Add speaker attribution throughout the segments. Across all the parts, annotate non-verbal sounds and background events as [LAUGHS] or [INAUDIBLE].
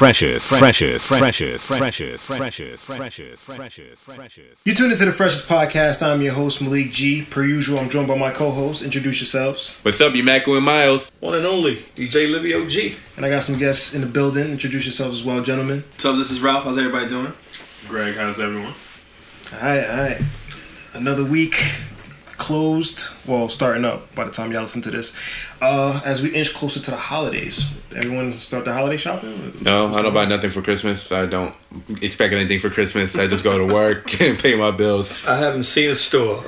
Speaker 1: freshers, freshers, freshers, freshers, freshers, freshers, freshers, freshers.
Speaker 2: You tune into the Freshest Podcast. I'm your host, Malik G. Per usual, I'm joined by my co hosts. Introduce yourselves.
Speaker 3: What's up, you Macko and Miles?
Speaker 4: One and only DJ Livio G.
Speaker 2: And I got some guests in the building. Introduce yourselves as well, gentlemen.
Speaker 5: What's up? This is Ralph. How's everybody doing?
Speaker 3: Greg, how's everyone?
Speaker 2: All right, all right. Another week closed. Well, starting up by the time y'all listen to this. Uh, as we inch closer to the holidays, everyone start the holiday shopping?
Speaker 3: No, I don't buy nothing for Christmas. I don't expect anything for Christmas. I just go to work [LAUGHS] and pay my bills.
Speaker 4: I haven't seen a store, [LAUGHS]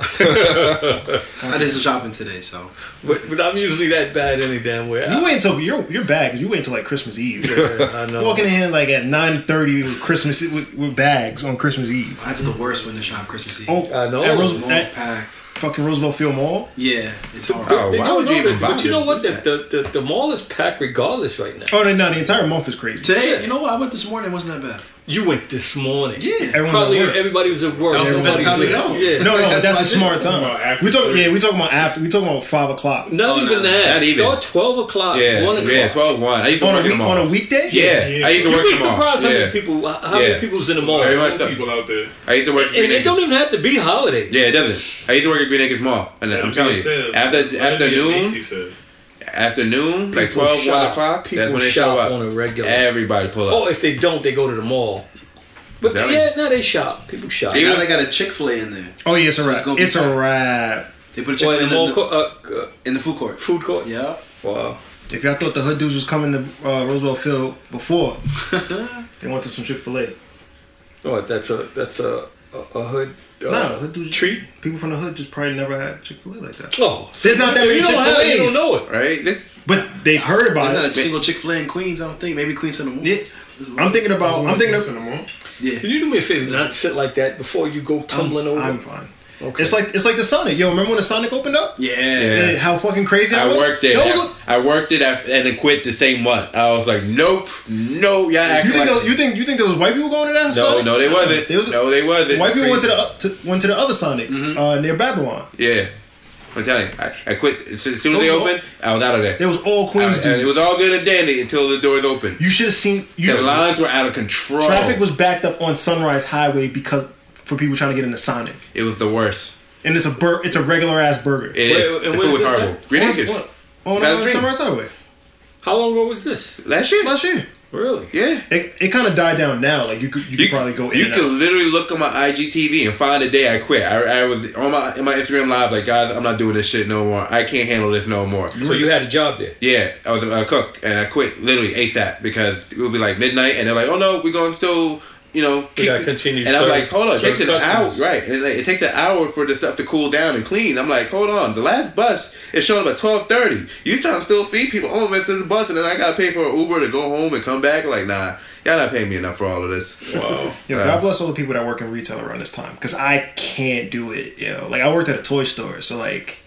Speaker 5: I did some shopping today, so
Speaker 4: but, but I'm usually that bad any damn way.
Speaker 2: You
Speaker 4: I,
Speaker 2: wait until you're you're back. You wait until like Christmas [LAUGHS] Eve.
Speaker 4: I
Speaker 3: [LAUGHS]
Speaker 4: know.
Speaker 2: Walking in here like at nine thirty with Christmas with, with bags on Christmas Eve.
Speaker 5: that's the worst when to shop Christmas Eve.
Speaker 2: Oh,
Speaker 4: I know.
Speaker 2: At, Rose,
Speaker 5: Mall's
Speaker 2: at
Speaker 5: packed.
Speaker 2: fucking Roosevelt Field Mall.
Speaker 5: Yeah, it's hard.
Speaker 3: Oh,
Speaker 4: They
Speaker 3: why
Speaker 4: don't
Speaker 3: would
Speaker 4: know
Speaker 3: you even
Speaker 4: that, but
Speaker 3: bother?
Speaker 4: you know what? The, the, the, the mall is packed regardless right now.
Speaker 2: Oh no, no, the entire month is crazy.
Speaker 5: Today, you know what? I went this morning. It wasn't that bad.
Speaker 4: You went this morning.
Speaker 5: Yeah.
Speaker 2: Everyone's
Speaker 4: Probably
Speaker 2: at work.
Speaker 4: everybody was at work.
Speaker 3: That was the best
Speaker 4: Nobody
Speaker 5: time to
Speaker 4: was-
Speaker 5: go.
Speaker 4: Yeah.
Speaker 2: No, no, that's
Speaker 3: That's
Speaker 2: a smart
Speaker 3: what I did.
Speaker 2: time.
Speaker 3: Well, after
Speaker 2: we talking,
Speaker 3: three.
Speaker 2: yeah, we talking about after. We talking about five o'clock on
Speaker 4: Not
Speaker 5: Oh,
Speaker 4: even
Speaker 5: no,
Speaker 3: not
Speaker 4: that.
Speaker 3: even.
Speaker 4: Start 12 o'clock,
Speaker 3: Yeah,
Speaker 4: 1 o'clock.
Speaker 3: yeah, 12 1. I used to work
Speaker 2: a
Speaker 3: in
Speaker 2: week
Speaker 3: the
Speaker 2: on
Speaker 3: mall.
Speaker 2: a weekday.
Speaker 3: Yeah, I used to
Speaker 4: You'd
Speaker 3: work
Speaker 4: be
Speaker 3: in the mall.
Speaker 4: surprised how
Speaker 3: Yeah.
Speaker 4: many people, how many
Speaker 3: Yeah.
Speaker 4: people was in the mall.
Speaker 3: Very
Speaker 4: And
Speaker 3: much so.
Speaker 6: people out there.
Speaker 3: I used to work at Green
Speaker 4: it
Speaker 3: Acres.
Speaker 4: don't even have to be holidays.
Speaker 3: Yeah, it doesn't. I used to work at Green Acres Mall. And I'm telling you, after afternoon, afternoon, like
Speaker 4: People
Speaker 3: 12, 1
Speaker 4: shop-
Speaker 3: o'clock,
Speaker 4: people
Speaker 3: that's when they
Speaker 4: shop
Speaker 3: show up.
Speaker 4: on a regular.
Speaker 3: Everybody pull up.
Speaker 4: Oh, if they don't, they go to the mall. But
Speaker 3: That
Speaker 4: they, yeah,
Speaker 3: ain't-
Speaker 4: no, they shop. People shop.
Speaker 5: Hey, now they got a Chick Fil A in there.
Speaker 2: Oh yeah, it's a
Speaker 5: So
Speaker 2: wrap.
Speaker 5: it's gonna be
Speaker 2: It's a
Speaker 5: packed.
Speaker 2: wrap.
Speaker 5: They put a Chick
Speaker 4: Well, Oh,
Speaker 5: Fil A
Speaker 4: in
Speaker 5: in
Speaker 4: the mall,
Speaker 5: the,
Speaker 4: co- uh, uh,
Speaker 5: in the food court.
Speaker 4: food court.
Speaker 5: Yeah.
Speaker 4: Wow.
Speaker 2: If y'all thought the hood dudes was coming to uh, Roosevelt Field before, they went to some Chick Fil A.
Speaker 4: What? Oh, That's a that's a a, a hood. Uh,
Speaker 2: Nah, hood dudes
Speaker 4: treat.
Speaker 2: people from the hood just probably never had Chick Fil A like that.
Speaker 4: Oh,
Speaker 2: There's not that
Speaker 4: if
Speaker 2: many
Speaker 4: you don't have it, You
Speaker 2: Chick-fil-A's.
Speaker 4: don't know it.
Speaker 3: Right? This,
Speaker 2: But they've heard about
Speaker 5: There's
Speaker 2: it.
Speaker 5: not a single Chick Fil A in Queens. I don't think. Maybe Queens in the mall.
Speaker 2: Yeah. I'm thinking about. I'm thinking. Of,
Speaker 4: Can
Speaker 5: Yeah.
Speaker 4: you do me a favor? Not sit like that before you go tumbling over.
Speaker 2: I'm fine.
Speaker 4: Okay.
Speaker 2: It's like it's like the Sonic. Yo, remember when the Sonic opened up?
Speaker 5: Yeah.
Speaker 2: And how fucking crazy that
Speaker 3: I
Speaker 2: was?
Speaker 3: worked it.
Speaker 2: Those are-
Speaker 3: I worked it af- and then quit the same month. I was like, nope, no, y'all
Speaker 2: you
Speaker 3: acting
Speaker 2: think
Speaker 3: like
Speaker 2: those, you think you think there was white people going to that?
Speaker 3: no,
Speaker 2: Sonic?
Speaker 3: no, they wasn't.
Speaker 2: They was-
Speaker 3: no, they wasn't. Mm-hmm.
Speaker 2: White people went to the up- to, went to the other Sonic uh, near Babylon.
Speaker 3: yeah. I'm telling you, I, I quit as soon as soon as they
Speaker 2: Those-
Speaker 3: opened. I was out of there.
Speaker 2: It was all
Speaker 3: I-
Speaker 2: Queens
Speaker 3: and
Speaker 2: dudes.
Speaker 3: it was all good and dandy until the doors opened.
Speaker 2: you should have seen. You,
Speaker 3: The lines were out of control.
Speaker 2: traffic was backed up on Sunrise Highway because for people trying to get into Sonic,
Speaker 3: It was the worst.
Speaker 2: and it's a bur- it's a regular ass burger.
Speaker 3: It
Speaker 4: Wait,
Speaker 3: is.
Speaker 4: and
Speaker 3: The
Speaker 4: where's
Speaker 3: food was
Speaker 4: this
Speaker 3: horrible. Green
Speaker 2: On-
Speaker 3: Acres.
Speaker 2: on- on,
Speaker 3: That's
Speaker 2: uh,
Speaker 3: right.
Speaker 2: Sunrise Highway
Speaker 4: How long ago was this?
Speaker 3: Last year.
Speaker 2: last year.
Speaker 4: Really?
Speaker 3: Yeah.
Speaker 2: It, it kind of died down now. Like you could you, could probably go in.
Speaker 3: You
Speaker 2: and
Speaker 3: could
Speaker 2: out.
Speaker 3: literally look on my IGTV and find the day I quit. I, I was on my in my Instagram live like, guys, I'm not doing this shit no more. I can't handle this no more.
Speaker 4: So you had a job there.
Speaker 3: Yeah, I was a cook and I quit literally ASAP because it would be like midnight and they're like, oh no, we're going to still, you know, keep
Speaker 4: gotta continue
Speaker 3: And I'm
Speaker 4: serving-
Speaker 3: like, hold on, it takes an
Speaker 4: serving
Speaker 3: hour,
Speaker 4: customers.
Speaker 3: right? And like, it takes an hour for the stuff to cool down and clean. I'm like, hold on, the last bus is showing up at 12:30. You trying to still feed people? Oh, it's the bus, and then I gotta pay for an Uber to go home and come back. Like, nah, y'all not paying me enough for all of this. Wow.
Speaker 2: Yo, God bless all the people that work in retail around this time because I can't do it. You know, like I worked at a toy store, so like,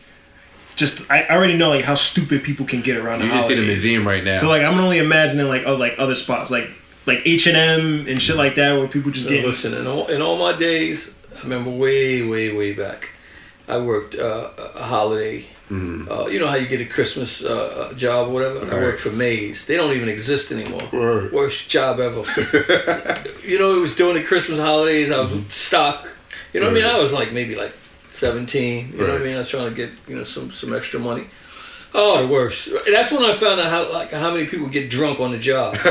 Speaker 2: just I, I already know like how stupid people can get around.
Speaker 3: You
Speaker 2: the
Speaker 3: just see the
Speaker 2: holidays.
Speaker 3: museum right now.
Speaker 2: So like, I'm only imagining like oh like other spots like like H and M and shit like that where people just
Speaker 4: Now,
Speaker 2: get
Speaker 4: listen, in all, in all my days, I remember way, way, way back, I worked uh, a holiday. Uh, you know how you get a Christmas uh, uh, job or whatever? I worked for Mays. They don't even exist anymore. Worst job ever. you know, it was during the Christmas holidays. I was stock. You know what I mean? I was like maybe like 17. You know what
Speaker 3: Right.
Speaker 4: I mean? I was trying to get, you know, some, some extra money. Oh, the worst. That's when I found out how like how many people get drunk on the job.
Speaker 3: see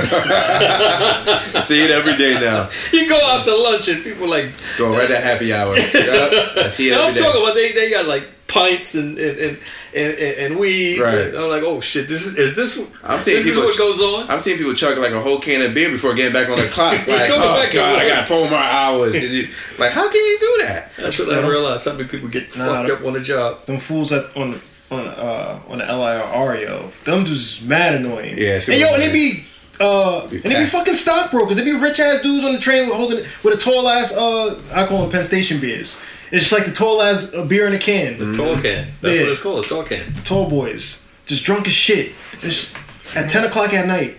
Speaker 3: it every day now.
Speaker 4: you go out to lunch and people like
Speaker 3: Going right to happy hour. Yeah, I see it
Speaker 4: No,
Speaker 3: every
Speaker 4: I'm
Speaker 3: day.
Speaker 4: talking about they, they got like pints and and, and, and, and weed.
Speaker 3: Right.
Speaker 4: I'm like, oh shit, this is, is this
Speaker 3: I'm seeing
Speaker 4: this is
Speaker 3: people-
Speaker 4: what goes on.
Speaker 3: I'm seeing people chug like a whole can of beer before getting back on
Speaker 4: [LAUGHS]
Speaker 3: the clock. Like,
Speaker 4: coming
Speaker 3: oh
Speaker 4: back to
Speaker 3: god, I
Speaker 4: work."
Speaker 3: got four more hours. And you- like, how can you do that?
Speaker 4: That's what I realized. How many people get
Speaker 2: Nah,
Speaker 4: fucked
Speaker 2: nah.
Speaker 4: up on the job?
Speaker 2: them fools that on on uh on the LIR REO. E Them dudes mad annoying.
Speaker 3: Yeah,
Speaker 2: and yo, and they be. Uh, and they be
Speaker 3: packed.
Speaker 2: fucking stockbrokers. They be rich ass dudes on the train with holding with a tall ass. Uh, I call them Penn Station beers. It's just like the tall ass uh, beer in a can.
Speaker 4: Tall can. That's
Speaker 2: Yeah.
Speaker 4: what it's called. Tall can.
Speaker 2: tall boys, just drunk as shit. It's at ten o'clock at night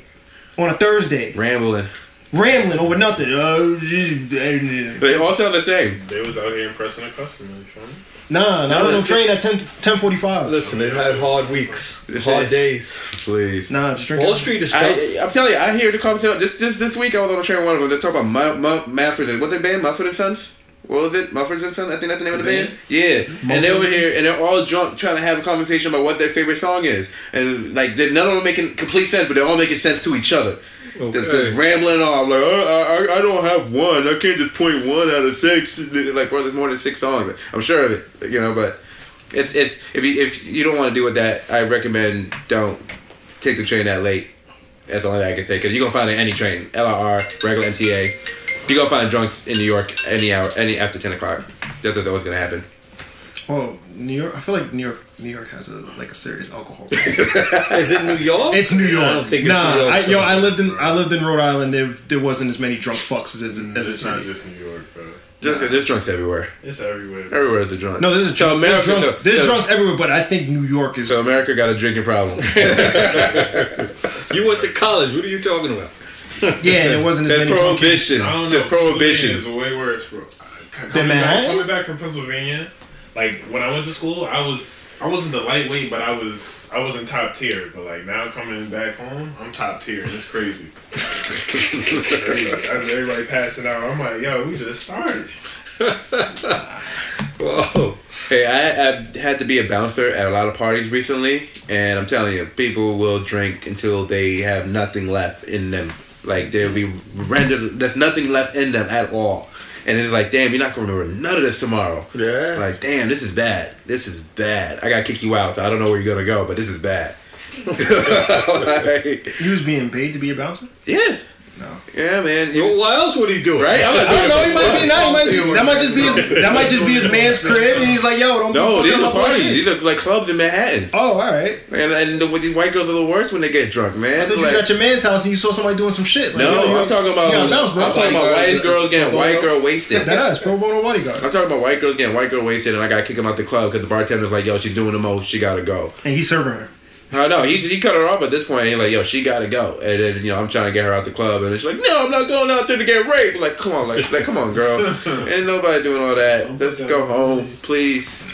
Speaker 2: on a Thursday.
Speaker 3: Rambling.
Speaker 2: rambling over nothing. Uh,
Speaker 3: They all sound the same.
Speaker 6: They was out here impressing the customer. You feel me?
Speaker 2: nah, nah, I don't train at 10, 10.45.
Speaker 4: Listen, they've had hard weeks,
Speaker 3: That's
Speaker 4: hard
Speaker 3: it.
Speaker 4: days.
Speaker 3: Please.
Speaker 2: Nah, just drink
Speaker 4: Wall
Speaker 2: it.
Speaker 4: Street is tough.
Speaker 3: I, I'm telling you, I hear the conversation. Just this this week, I was on a train with one of them. They're talking about Mu- Mu- Manfred. and- What's their band? Mumford and Sons. What was it? Mumford and Sons. I think that's the name of the band. Yeah. And they're over here, and they're all drunk, trying to have a conversation about what their favorite song is, and like they're none of them making complete sense, but they're all making sense to each other. Just, just rambling on, like I, I, I don't have one. I can't just point one out of six. Like, bro, there's more than six songs. I'm sure of it, you know. But it's it's if you if you don't want to deal with that, I recommend don't take the train that late. That's the only thing I can say. Because you're going to find it any train. LRR, regular MTA. You're going to find drunks in New York any hour, any after 10 o'clock. That's what's always going to happen.
Speaker 2: Oh, New York. I feel like New York. New York has a like a serious
Speaker 3: [LAUGHS]
Speaker 2: alcohol. problem.
Speaker 4: Is it New York?
Speaker 2: It's New York.
Speaker 4: I don't think it's
Speaker 2: nah,
Speaker 4: New York.
Speaker 2: I, yo,
Speaker 4: so-
Speaker 2: I lived in I lived in Rhode Island. There, there wasn't as many drunk fucks as as, as
Speaker 6: Mm, It's not
Speaker 2: it's
Speaker 6: just New York, bro.
Speaker 3: Just 'cause there's drunks everywhere.
Speaker 6: It's everywhere. bro.
Speaker 3: Everywhere is a drunk.
Speaker 2: No, there's a drunk. There's
Speaker 3: America-
Speaker 2: drunks.
Speaker 3: so-
Speaker 2: There's
Speaker 3: so-
Speaker 2: drunks everywhere, but I think New York is.
Speaker 3: So America got a drinking problem. there's
Speaker 4: You went to college. What are you talking about?
Speaker 2: Yeah, there wasn't as many drunk kids.
Speaker 3: prohibition.
Speaker 6: I don't know.
Speaker 3: There's
Speaker 6: Pennsylvania
Speaker 3: prohibition.
Speaker 6: is way worse, bro. Coming
Speaker 2: Than
Speaker 6: back,
Speaker 2: Manhattan?
Speaker 6: coming back from Pennsylvania, like when I went to school, I was I wasn't the lightweight, but I was I was in top tier. But like now coming back home, I'm top tier. It's
Speaker 3: [LAUGHS]
Speaker 6: crazy. Everybody everybody passing out. I'm like, yo, we just started.
Speaker 4: Whoa. Oh,
Speaker 3: Hey, I, I had to be a bouncer at a lot of parties recently, and I'm telling you, people will drink until they have nothing left in them. Like they'll be rendered, there's nothing left in them at all, and it's like, damn, you're not gonna remember none of this tomorrow.
Speaker 4: Yeah.
Speaker 3: Like, damn, this is bad. This is bad. I gotta kick you out, so I don't know where you're gonna go, but this is bad. [LAUGHS] Like,
Speaker 2: You was being paid to be a bouncer.
Speaker 3: yeah.
Speaker 2: No.
Speaker 3: Yeah, man. You-
Speaker 4: What else would he do?
Speaker 3: right? I'm not
Speaker 2: I don't
Speaker 3: doing
Speaker 2: know.
Speaker 3: it.
Speaker 2: He might be. Nah, he might be that might just be. His, that might just be his man's crib, and he's like, "Yo, don't."
Speaker 3: No,
Speaker 2: be
Speaker 3: these
Speaker 2: fucking
Speaker 3: are
Speaker 2: up my
Speaker 3: parties.
Speaker 2: shit.
Speaker 3: These are like clubs in Manhattan.
Speaker 2: Oh, all right.
Speaker 3: And, and the, these white girls are the worst when they get drunk,
Speaker 2: I
Speaker 3: man.
Speaker 2: thought you
Speaker 3: Like-
Speaker 2: was at your man's house and you saw somebody doing some shit. Like,
Speaker 3: No,
Speaker 2: yo, you-
Speaker 3: I'm talking about.
Speaker 2: You gotta bounce, bro.
Speaker 3: I'm talking about
Speaker 4: Bodyguard.
Speaker 3: white
Speaker 6: uh,
Speaker 3: girls getting white girl wasted.
Speaker 2: that ass pro bono
Speaker 3: I'm
Speaker 2: bodyguard.
Speaker 3: talking about white girls getting white girl wasted, and I gotta kick him out the club because the bartender's like, "Yo, she's doing the most. She gotta go."
Speaker 2: And he's serving her.
Speaker 3: I know he, he cut her off at this point. And he's like, "Yo, she gotta go." And then you know I'm trying to get her out the club, and she's like, "No, I'm not going out there to get raped." Like, come on, like, like come
Speaker 2: [LAUGHS]
Speaker 3: on, girl. Ain't nobody doing all
Speaker 2: Oh
Speaker 3: that. Let's go home, please.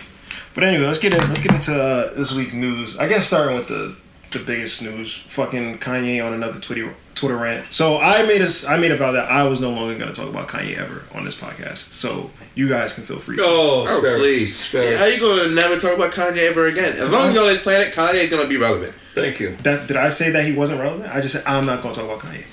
Speaker 2: But anyway, let's get in, let's get into uh, this week's news. I guess starting with the the biggest news, fucking Kanye on another Twitter Twitter rant. So I made a s- I made a vow that I was no longer going to talk about Kanye ever on this podcast. So you guys can feel free. to.
Speaker 4: Oh,
Speaker 3: Oh,
Speaker 4: Sparrows.
Speaker 3: please.
Speaker 4: Sparrows.
Speaker 3: How you gonna never talk about Kanye ever again? As long as
Speaker 2: Uh-huh.
Speaker 3: you're on this planet, Kanye's gonna be relevant.
Speaker 4: Thank you.
Speaker 2: That did I say that he wasn't relevant? I just said I'm not going to talk about Kanye.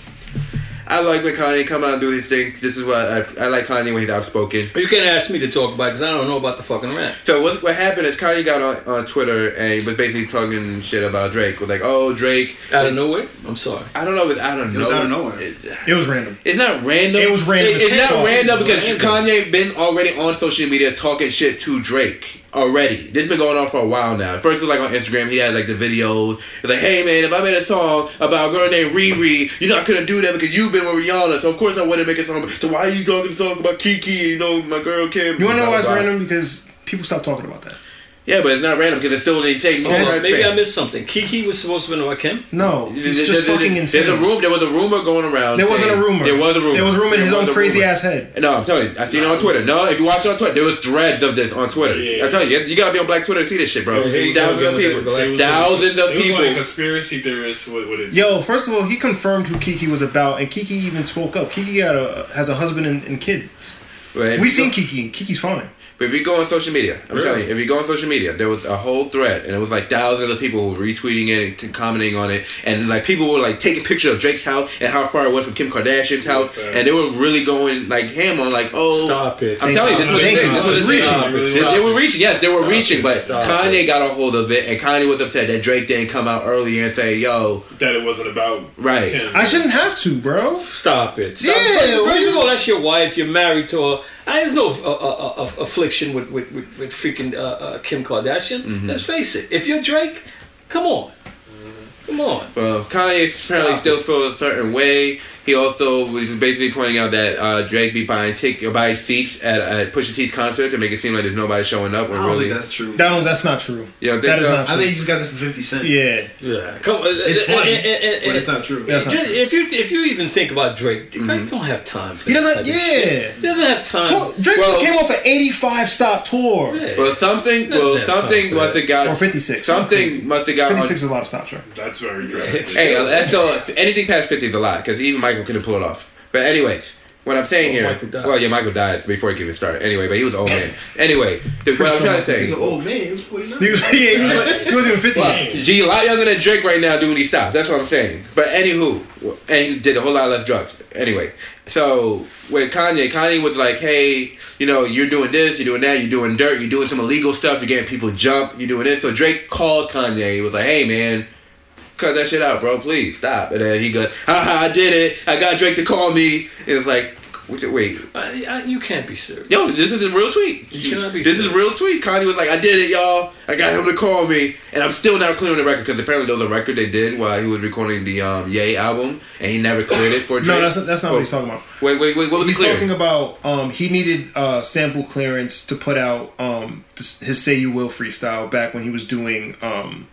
Speaker 3: I like when Kanye come out and do these things. This is what I, I like Kanye when he's outspoken.
Speaker 4: You can't ask me to talk about because I don't know about the fucking rant.
Speaker 3: So what what happened is Kanye got on, on Twitter and he was basically talking shit about Drake. Was like, oh Drake,
Speaker 4: Out of nowhere? I'm sorry.
Speaker 3: I don't know, if it's out of
Speaker 5: It was
Speaker 3: nowhere.
Speaker 5: out of nowhere.
Speaker 2: It was random.
Speaker 3: It's not random.
Speaker 2: It was random
Speaker 3: It-
Speaker 2: as
Speaker 3: it's
Speaker 2: fuck.
Speaker 3: not random because
Speaker 4: Random.
Speaker 3: Kanye been already on social media talking shit to Drake already. This been going on for a while now. First it was like on Instagram, he had like the videos. He's like, hey man, if I made a song about a girl named Riri, you're not gonna do that because you've been with Rihanna, so of course I wouldn't make a song. So why are you talking a song about Kiki? and, You know, my girl Kim.
Speaker 2: You want to know why it's
Speaker 3: Blah, blah, blah.
Speaker 2: random? Because people stopped talking about that.
Speaker 3: Yeah, but it's not random because it's still in the same.
Speaker 4: All right,
Speaker 3: That's-
Speaker 4: maybe I missed something. Kiki was supposed to be about Kim?
Speaker 2: No, it's
Speaker 3: There-
Speaker 2: just
Speaker 3: there-
Speaker 2: fucking
Speaker 3: there-
Speaker 2: insane.
Speaker 3: There's a room. There was a rumor going around.
Speaker 2: There wasn't
Speaker 3: saying-
Speaker 2: a rumor.
Speaker 3: There was a rumor.
Speaker 2: There was rumor in his
Speaker 3: There
Speaker 2: own
Speaker 3: was a
Speaker 2: crazy
Speaker 3: rumor.
Speaker 2: ass head.
Speaker 3: No, I'm telling you, I seen it on Twitter. No, if you watch it on Twitter, there was dreads of this on Twitter.
Speaker 6: Yeah.
Speaker 3: I'm telling you, you gotta be on Black Twitter to see this shit, bro.
Speaker 4: Yeah, yeah,
Speaker 3: Thousands
Speaker 4: yeah,
Speaker 3: of
Speaker 4: yeah,
Speaker 3: people,
Speaker 4: yeah,
Speaker 6: It was
Speaker 3: thousands
Speaker 6: like,
Speaker 3: of
Speaker 6: it was like
Speaker 3: Oh, people.
Speaker 6: conspiracy theorists with, with it.
Speaker 2: Yo, first of all, he confirmed who Kiki was about, and Kiki even spoke up. Kiki got a, has a husband and, and kids.
Speaker 3: Right?
Speaker 2: We seen Kiki, and Kiki's fine.
Speaker 3: But if you go on social media, I'm telling you, if you go on social media, there was a whole thread, and it was like thousands of people who were retweeting it and t- commenting on it, and like people were like taking pictures of Drake's house and how far it was from Kim Kardashian's house,
Speaker 6: Yeah.
Speaker 3: and they were really going like ham on like, oh,
Speaker 4: Stop it.
Speaker 3: I'm telling you, this was
Speaker 2: They-
Speaker 3: the thing. This was the
Speaker 2: they-
Speaker 3: thing.
Speaker 2: Stop
Speaker 4: it.
Speaker 3: They- They were reaching. Yes, they were
Speaker 4: Stop
Speaker 3: reaching.
Speaker 4: it.
Speaker 3: But
Speaker 4: Stop
Speaker 3: Kanye
Speaker 4: it.
Speaker 3: got a hold of it, and Kanye was upset that Drake didn't come out earlier and say, "Yo,
Speaker 6: That it wasn't about
Speaker 3: Right.
Speaker 6: Kim.
Speaker 2: I shouldn't have to, bro.
Speaker 4: Stop it. Stop
Speaker 2: Yeah,
Speaker 4: first,
Speaker 2: what
Speaker 4: first of
Speaker 2: you-
Speaker 4: all, that's your wife. You're married to her. And there's no uh, uh, uh, affliction with, with, with, with freaking uh, uh, Kim Kardashian. Let's face it. If you're Drake, come on. Come on.
Speaker 3: Well, Kanye apparently
Speaker 4: Stop
Speaker 3: still
Speaker 4: it.
Speaker 3: feels a certain way. He also was basically pointing out that uh, Drake be buying tick buying seats at, at Pusha T's concert to make it seem like there's nobody showing up. When
Speaker 5: I don't
Speaker 3: really,
Speaker 5: think that's true.
Speaker 2: That was, that's not true.
Speaker 3: Yeah,
Speaker 2: that is
Speaker 3: that's-
Speaker 2: not
Speaker 5: I
Speaker 2: true.
Speaker 5: think he just got that from 50 Cent.
Speaker 2: yeah,
Speaker 4: Yeah, come uh, on.
Speaker 5: It's
Speaker 4: and-
Speaker 5: funny,
Speaker 4: and- and-
Speaker 5: but it's
Speaker 4: and-
Speaker 5: not true.
Speaker 2: That's not
Speaker 4: uh, just-
Speaker 2: true.
Speaker 4: if you if you even think about Drake, Drake don't have time for
Speaker 2: he
Speaker 4: that
Speaker 2: doesn't.
Speaker 4: type of shit.
Speaker 2: Yeah,
Speaker 4: he doesn't have time.
Speaker 2: Tour- Drake
Speaker 3: Well-
Speaker 2: just came off an eighty-five stop tour
Speaker 4: Uh, Yeah.
Speaker 3: well, something, well,
Speaker 4: That's- that's
Speaker 3: something
Speaker 4: not
Speaker 3: must have
Speaker 2: or
Speaker 3: got
Speaker 2: fifty-six.
Speaker 3: something uh, must have got.
Speaker 2: Fifty-six is a lot of stops, right?
Speaker 6: That's very drastic.
Speaker 3: Hey, that's so anything past fifty is a lot because even Michael couldn't pull it off. But anyways, what I'm saying
Speaker 4: Well,
Speaker 3: here,
Speaker 4: Michael died.
Speaker 3: well, yeah, Michael died before he could even start. Anyway, but he was an old man. Anyway, the- what I'm
Speaker 2: sure
Speaker 3: trying to say,
Speaker 5: He's an old man. He's 49.
Speaker 2: He was, [LAUGHS] yeah, he was like, he wasn't even fifty. yet.
Speaker 3: G a lot younger than Drake right now doing these stops. That's what I'm saying. But anywho, and he did a whole lot less drugs. Anyway, so with Kanye, Kanye was like, hey, you know, you're doing this, you're doing that, you're doing dirt, you're doing some illegal stuff, you're getting people jump, you're doing this. So Drake called Kanye. He was like, hey, man. Cut that shit out, bro. Please stop. And then he goes, "Haha, I did it. I got Drake to call me." And it's like, wait, wait,
Speaker 4: I, I, you can't be serious.
Speaker 3: Yo, this is a real tweet.
Speaker 4: You cannot be
Speaker 3: this
Speaker 4: serious.
Speaker 3: is real tweet. Kanye was like, I did it, y'all. I got him to call me, and I'm still not clearing the record because apparently there was a record they did while he was recording the um, Yay album, and he never cleared it for.
Speaker 2: No,
Speaker 3: Drake.
Speaker 2: that's not, that's not what he's talking about.
Speaker 3: Wait, wait, wait. What was
Speaker 2: He's
Speaker 3: he clearing?
Speaker 2: talking about um, he needed uh, sample clearance to put out um, this, his "Say You Will" freestyle back when he was doing um,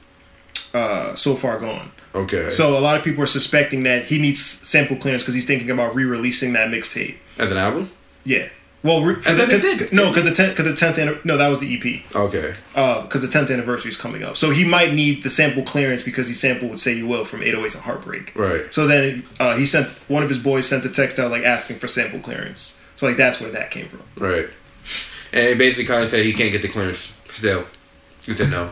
Speaker 2: uh, "So Far Gone."
Speaker 3: okay.
Speaker 2: So a lot of people are suspecting that he needs sample clearance because he's thinking about re-releasing that mixtape.
Speaker 3: as an album.
Speaker 2: Yeah. Well, re- for
Speaker 3: And
Speaker 2: the,
Speaker 3: then they
Speaker 2: cause,
Speaker 3: did.
Speaker 2: no, because the tenth, because the tenth, anni- no, that was the E EP.
Speaker 3: Okay.
Speaker 2: Because uh, the tenth anniversary is coming up, so he might need the sample clearance because he sampled would "Say You Will" from 808s and Heartbreak.
Speaker 3: Right.
Speaker 2: So then uh, he sent one of his boys sent a text out like asking for sample clearance. So like that's where that came from.
Speaker 3: Right. And he basically kind of said he can't get the clearance still. He said no.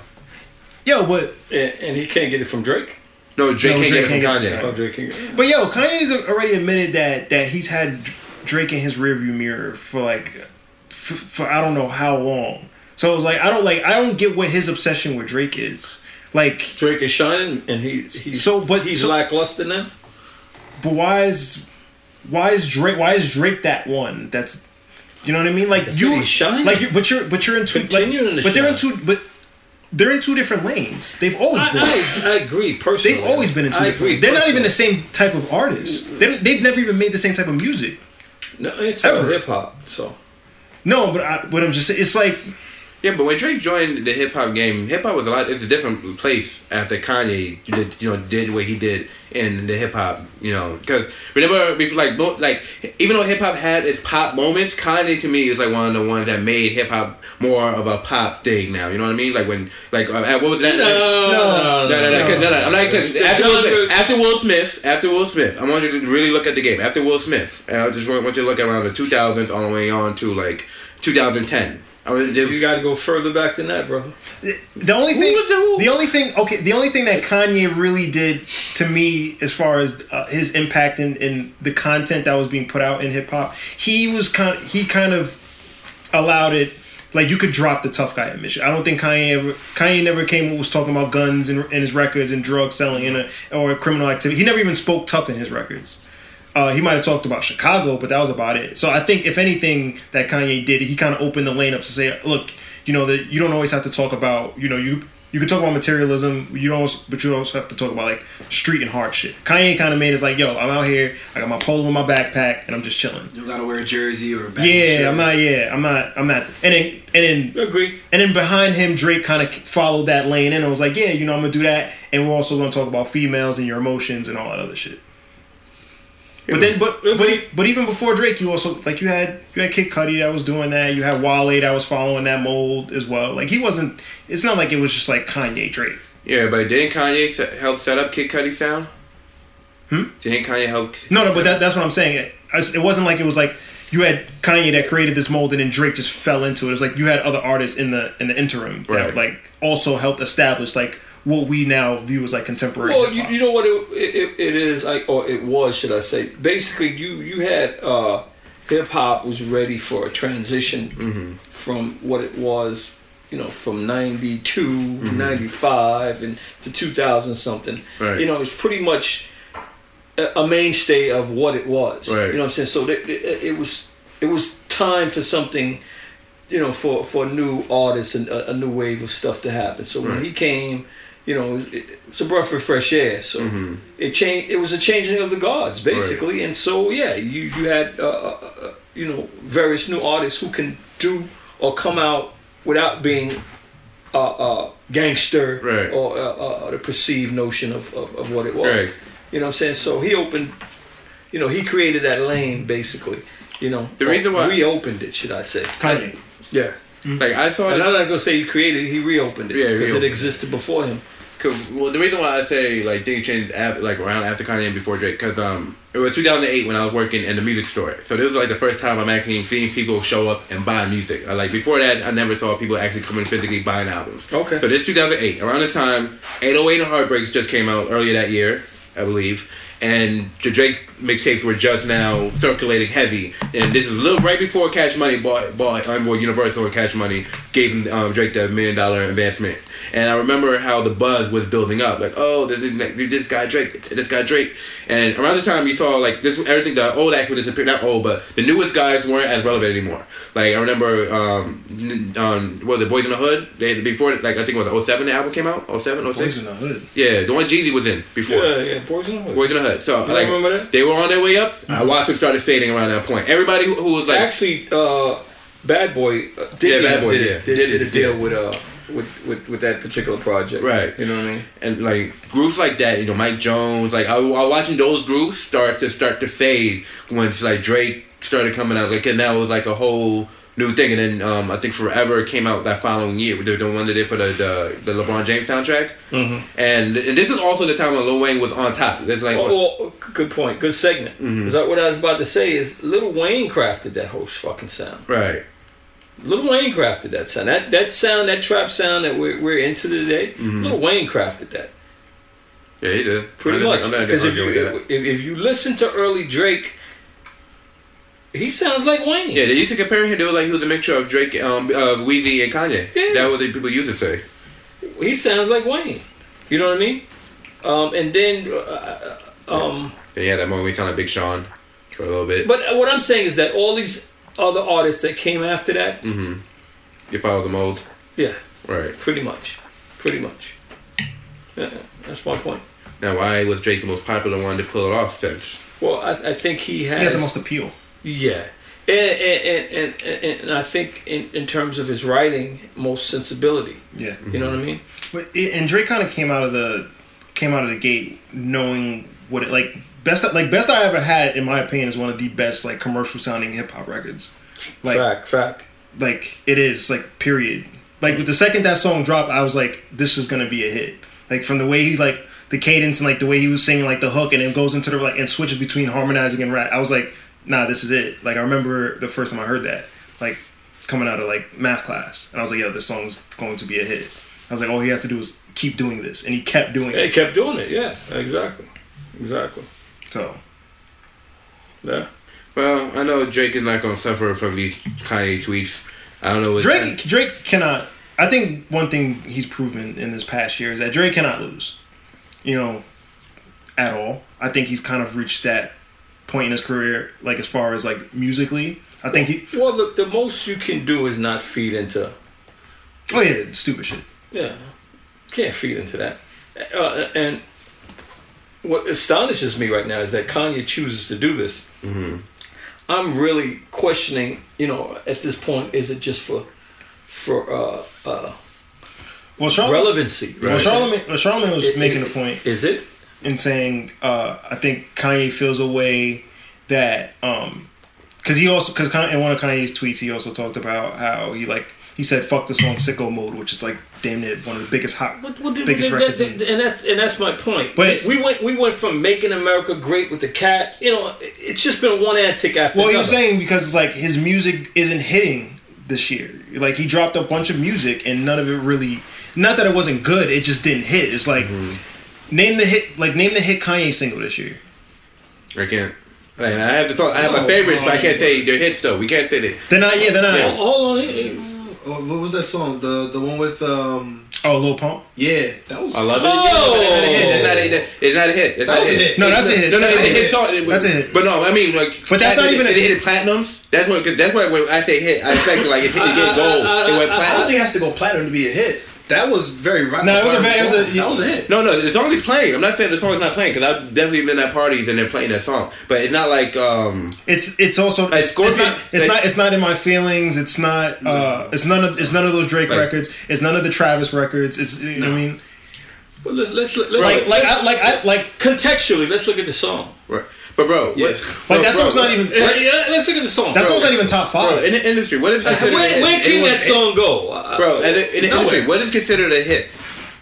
Speaker 2: Yo, but
Speaker 4: And, and he can't get it from Drake.
Speaker 3: No, Drake
Speaker 2: No, Drake
Speaker 3: can't get it
Speaker 2: can't
Speaker 3: from
Speaker 2: get
Speaker 3: Kanye.
Speaker 4: Oh, Drake can.
Speaker 2: but yo, Kanye's already admitted that that he's had Dr- Drake in his rearview mirror for like for, for I don't know how long. So it was like I don't like I don't get what his obsession with Drake is. Like,
Speaker 4: Drake is shining, and he's he's
Speaker 2: So, but-
Speaker 4: he's
Speaker 2: so-
Speaker 4: lackluster now.
Speaker 2: but why is why is Drake why is Drake that one that's you know what I mean? Like
Speaker 4: That's
Speaker 2: you
Speaker 4: what he's shining.
Speaker 2: like you but you're but you're in two like,
Speaker 4: Continuing to
Speaker 2: but they're in
Speaker 4: shine.
Speaker 2: two but they're in two different lanes. They've always been.
Speaker 4: I, I, I agree personally.
Speaker 2: They've always been in two
Speaker 4: I
Speaker 2: different.
Speaker 4: agree
Speaker 2: They're not even the
Speaker 4: personally.
Speaker 2: same type of artists. They, they've never even made the same type of music.
Speaker 4: No, it's
Speaker 2: ever.
Speaker 4: all hip hop. So
Speaker 2: No, but I, but I'm just saying, it's like
Speaker 3: Yeah, but when Drake joined the hip hop game, hip hop was a lot. It's a different place after Kanye did, you know, did what he did in the hip hop, you know. Because remember, before, like, mo- like even though hip hop had its pop moments, Kanye to me is like one of the ones that made hip hop more of a pop thing. Now, you know what I mean? Like when, like, uh, what was that?
Speaker 4: no,
Speaker 3: No, no, no, 'cause- no, no. I'm not
Speaker 4: It's
Speaker 3: because
Speaker 4: the
Speaker 3: after Will,
Speaker 4: genre-
Speaker 3: Smith, after Will Smith, after Will Smith, I want you to really look at the game. After Will Smith, and I just want want you to look around the 2000s all the way on to like 2010. I was,
Speaker 4: you got to go further back than that, brother.
Speaker 2: the only thing.
Speaker 3: was the who?
Speaker 2: The only thing. Okay, the only thing that Kanye really did to me, as far as uh, his impact in, in the content that was being put out in hip hop, he was kind. He kind of allowed it. Like you could drop the tough guy admission. I don't think Kanye ever Kanye never came was talking about guns and, and his records and drug selling and a, or criminal activity. He never even spoke tough in his records. Uh, he might have talked about Chicago, but that was about it. So I think if anything that Kanye did, he kind of opened the lane up to say, look, you know that you don't always have to talk about, you know, you you can talk about materialism, you don't, als- but you also have to talk about like street and hard shit. Kanye kind of made it like, yo, I'm out here, I got my polo in my backpack, and I'm just chilling.
Speaker 5: You gotta wear a jersey or a bag
Speaker 2: Yeah, I'm not. Yeah, I'm not. I'm not. And then, and then,
Speaker 4: Agree.
Speaker 2: and then behind him, Drake kind of followed that lane, and I was like, yeah, you know, I'm gonna do that, and we're also gonna talk about females and your emotions and all that other shit. But then, but but, but even before Drake, you also like you had you had Kid Cudi that was doing that. You had Wale that was following that mold as well. Like he wasn't. It's not like it was just like Kanye Drake.
Speaker 3: Yeah, but didn't Kanye se- help set up Kid Cudi sound? Hmm. Didn't Kanye help?
Speaker 2: No, no, but that, that's what I'm saying. It, it wasn't like it was like you had Kanye that created this mold and then Drake just fell into it. It was like you had other artists in the in the interim that
Speaker 3: Right.
Speaker 2: like also helped establish like what we now view as like contemporary.
Speaker 4: Well, you,
Speaker 2: hip-hop.
Speaker 4: you know what it, it, it is, like, or it was, should I say? Basically, you you had uh, hip hop was ready for a transition
Speaker 3: Mm-hmm.
Speaker 4: from what it was, you know, from '92,
Speaker 3: Mm-hmm.
Speaker 4: '95, and to 2000 something.
Speaker 3: Right.
Speaker 4: You know, it's pretty much a, a mainstay of what it was.
Speaker 3: Right.
Speaker 4: You know what I'm saying? So that- it, it was it was time for something you know, for for new artists and a, a new wave of stuff to happen. So when he came, you know, it, it's a breath of fresh air. So
Speaker 3: Mm-hmm.
Speaker 4: it changed. It was a changing of the guards, basically. And so yeah, you you had uh, uh, uh, you know various new artists who can do or come out without being uh, uh, gangster
Speaker 3: Right.
Speaker 4: or uh, uh, the perceived notion of, of, of what it was.
Speaker 3: Right.
Speaker 4: You know what I'm saying? So he opened, you know, he created that lane basically. You know,
Speaker 3: The reason why-
Speaker 4: reopened it, should I say?
Speaker 2: Kanye.
Speaker 4: Yeah.
Speaker 3: Like I saw
Speaker 4: Hmm? And I'm
Speaker 3: this.
Speaker 4: not gonna say he created; it, he reopened it
Speaker 3: Yeah, he
Speaker 4: because it
Speaker 3: reopened it.
Speaker 4: existed before him.
Speaker 3: Cause, well, the reason why I say like Diddy changed af- like around after Kanye and before Drake, because um, it was 2008 when I was working in the music store. So this was like the first time I'm actually seeing people show up and buy music. Uh, Like before that, I never saw people actually coming physically buying albums.
Speaker 4: Okay.
Speaker 3: So this 2008, around this time, 808 and Heartbreaks just came out earlier that year, I believe. And the Drake's mixtapes were just now circulating heavy, and this is a little right before Cash Money bought bought Envoy Universal and Cash Money gave um, Drake that million dollar advancement. And I remember how the buzz was building up, like oh this, this guy Drake, this guy Drake, and around this time you saw like this everything the old acts were disappearing, not old but the newest guys weren't as relevant anymore. Like I remember um, n- um what was it Boys in the Hood they before like I think it was 07 the album came out 07, 06?
Speaker 2: Boys in the hood.
Speaker 3: yeah the one Jeezy was in before.
Speaker 4: yeah, Poison.
Speaker 3: Boys in the Hood. So
Speaker 4: You
Speaker 3: like,
Speaker 4: remember that?
Speaker 3: they were on their way up. I watched them started fading around that point. Everybody who, who was like,
Speaker 4: Actually, uh, Bad Boy uh, did,
Speaker 3: Yeah, Bad
Speaker 4: uh,
Speaker 3: Boy,
Speaker 4: did,
Speaker 3: yeah.
Speaker 4: it, did,
Speaker 3: Did
Speaker 4: did
Speaker 3: it,
Speaker 4: a deal
Speaker 3: yeah.
Speaker 4: with uh with, with with that particular project.
Speaker 3: Right.
Speaker 4: You know what I mean?
Speaker 3: and like groups like that, you know, Mike Jones, like I, I watching those groups start to start to fade once like Drake started coming out, like and that was like a whole new thing. And then um, I think Forever came out that following year, the, the one they did for the the, the LeBron James soundtrack. Mm-hmm. And, and this is also the time when Lil Wayne was on top. It's like
Speaker 4: Oh, oh, good point. Good segment.
Speaker 3: Mm-hmm.
Speaker 4: Is that what I was about to say? Is Little Wayne crafted that whole fucking sound?
Speaker 3: right,
Speaker 4: Little Wayne crafted that sound. That that sound, that trap sound that we're, we're into today.
Speaker 3: Mm-hmm.
Speaker 4: Little Wayne crafted that.
Speaker 3: yeah, he did
Speaker 4: Pretty
Speaker 3: I'm not-
Speaker 4: much,
Speaker 3: I'm not
Speaker 4: because if you
Speaker 3: arguing with that.
Speaker 4: if, if you listen to early Drake, he sounds like Wayne.
Speaker 3: Yeah, they used to compare him. They were like he was a mixture of Drake, um, of Weezy and Kanye.
Speaker 4: Yeah.
Speaker 3: That was what people used to say.
Speaker 4: He sounds like Wayne. You know what I mean? Um, and then, uh, um,
Speaker 3: And yeah, that moment we sounded like Big Sean for a little bit.
Speaker 4: but what I'm saying is that all these other artists that came after that,
Speaker 3: you follow the mold,
Speaker 4: yeah,
Speaker 3: right?
Speaker 4: pretty much, pretty much. Yeah, that's my point.
Speaker 3: Now, why was Drake the most popular one to pull it off since?
Speaker 4: Well, I, I think he has.
Speaker 2: He had the most appeal.
Speaker 4: Yeah, and and, and, and, and, and I think in, in terms of his writing, most sensibility.
Speaker 2: Yeah.
Speaker 4: You know what I mean?
Speaker 2: But it, and Drake kind of came out of the came out of the gate knowing what it like best like best I ever had in my opinion is one of the best like commercial sounding hip hop records. Like
Speaker 4: fact, fact.
Speaker 2: like it is like period. Like with the second that song dropped, I was like, this is gonna be a hit. Like from the way he like the cadence and like the way he was singing like the hook and then goes into the like and switches between harmonizing and rap. I was like, nah, this is it. Like I remember the first time I heard that like coming out of like math class and I was like, yo, this song's going to be a hit. I was like, all he has to do is keep doing this, and he kept doing
Speaker 4: They
Speaker 2: it.
Speaker 4: kept doing it. Yeah, exactly, exactly.
Speaker 2: So
Speaker 4: Yeah.
Speaker 3: Well, I know Drake is not gonna suffer from these Kanye tweets. I don't know. What
Speaker 2: Drake, Drake cannot. I think one thing he's proven in this past year is that Drake cannot lose. You know, at all. I think he's kind of reached that point in his career, like as far as like musically. I think he.
Speaker 4: Well, the, the most you can do is not feed into.
Speaker 2: Oh yeah, stupid shit.
Speaker 4: Yeah, can't feed into that. Uh, and what astonishes me right now is that Kanye chooses to do this. I'm really questioning. You know, at this point, is it just for for uh, uh,
Speaker 2: Well, Charlamagne.
Speaker 4: relevancy?
Speaker 2: Well, Charlamagne, well, Charlamagne was
Speaker 4: It-
Speaker 2: making
Speaker 4: it-
Speaker 2: a point
Speaker 4: Is it?
Speaker 2: in saying, uh, I think Kanye feels a way that um, because he also because in one of Kanye's tweets he also talked about how he like he said fuck the song sicko mode which is like damn near one of the biggest hot
Speaker 4: But, well,
Speaker 2: biggest records in-
Speaker 4: and that's and that's my point.
Speaker 2: But-
Speaker 4: we went we went from making America great with the cat. You know, it- it's just been one antic after
Speaker 2: Well,
Speaker 4: another.
Speaker 2: you're saying because it's like his music isn't hitting this year. Like he dropped a bunch of music and none of it really. Not that it wasn't good, it just didn't hit. It's like name the hit, like name the hit Kanye single this year.
Speaker 3: I can't. And I have the song. I have my favorites, but I can't say their hits though. We can't say that.
Speaker 2: They're not, yeah, they're not.
Speaker 4: Hold- hold on. it- it-
Speaker 5: Oh, what was that song? The the one with um
Speaker 2: Oh, Lil Pump.
Speaker 5: yeah, that was
Speaker 3: I love it.
Speaker 4: Oh!
Speaker 3: It's not a hit. It's not a hit. It's not
Speaker 5: That
Speaker 3: a
Speaker 5: was a
Speaker 3: hit.
Speaker 5: hit.
Speaker 2: No, that's a hit.
Speaker 3: No, no,
Speaker 2: that's
Speaker 3: it's
Speaker 2: a
Speaker 3: a hit
Speaker 2: hit.
Speaker 3: song. It was-
Speaker 2: That's a hit.
Speaker 3: But no, I mean, like,
Speaker 2: But that's
Speaker 3: that-
Speaker 2: not even a-
Speaker 3: It, it hit platinums. That's what. Cause that's why when I say hit, I expect like it hit it hit gold. It went
Speaker 5: I don't
Speaker 3: platinum.
Speaker 5: think it has to go platinum to be a hit. That was very rock.
Speaker 2: No, it was a bad- it was a-
Speaker 5: that was a hit.
Speaker 3: No, no, the song is playing. I'm not saying the song's not playing because I've definitely been at parties and they're playing that song. But it's not like um
Speaker 2: It's it's also
Speaker 3: Like Scorpion-
Speaker 2: it's not it's,
Speaker 3: like-
Speaker 2: not it's not in my feelings. It's not uh it's none of it's none of those Drake
Speaker 3: Like-
Speaker 2: records. It's none of the Travis records. It's you know what I mean
Speaker 4: But let's let's let's like,
Speaker 2: like like I, like I, like
Speaker 4: contextually let's look at the song.
Speaker 3: Right. But bro, what, bro,
Speaker 2: like that
Speaker 3: bro,
Speaker 2: song's not even
Speaker 4: Yeah, yeah, let's look at the song.
Speaker 2: that
Speaker 4: bro.
Speaker 2: song's not even top five.
Speaker 3: bro, in the industry. What is
Speaker 4: Like,
Speaker 3: considered a
Speaker 4: where,
Speaker 3: hit?
Speaker 4: where can
Speaker 3: Anyone's
Speaker 4: that
Speaker 3: hit?
Speaker 4: song go? Uh,
Speaker 3: Bro, in the, in the
Speaker 5: Nowhere.
Speaker 3: industry, what is considered a hit?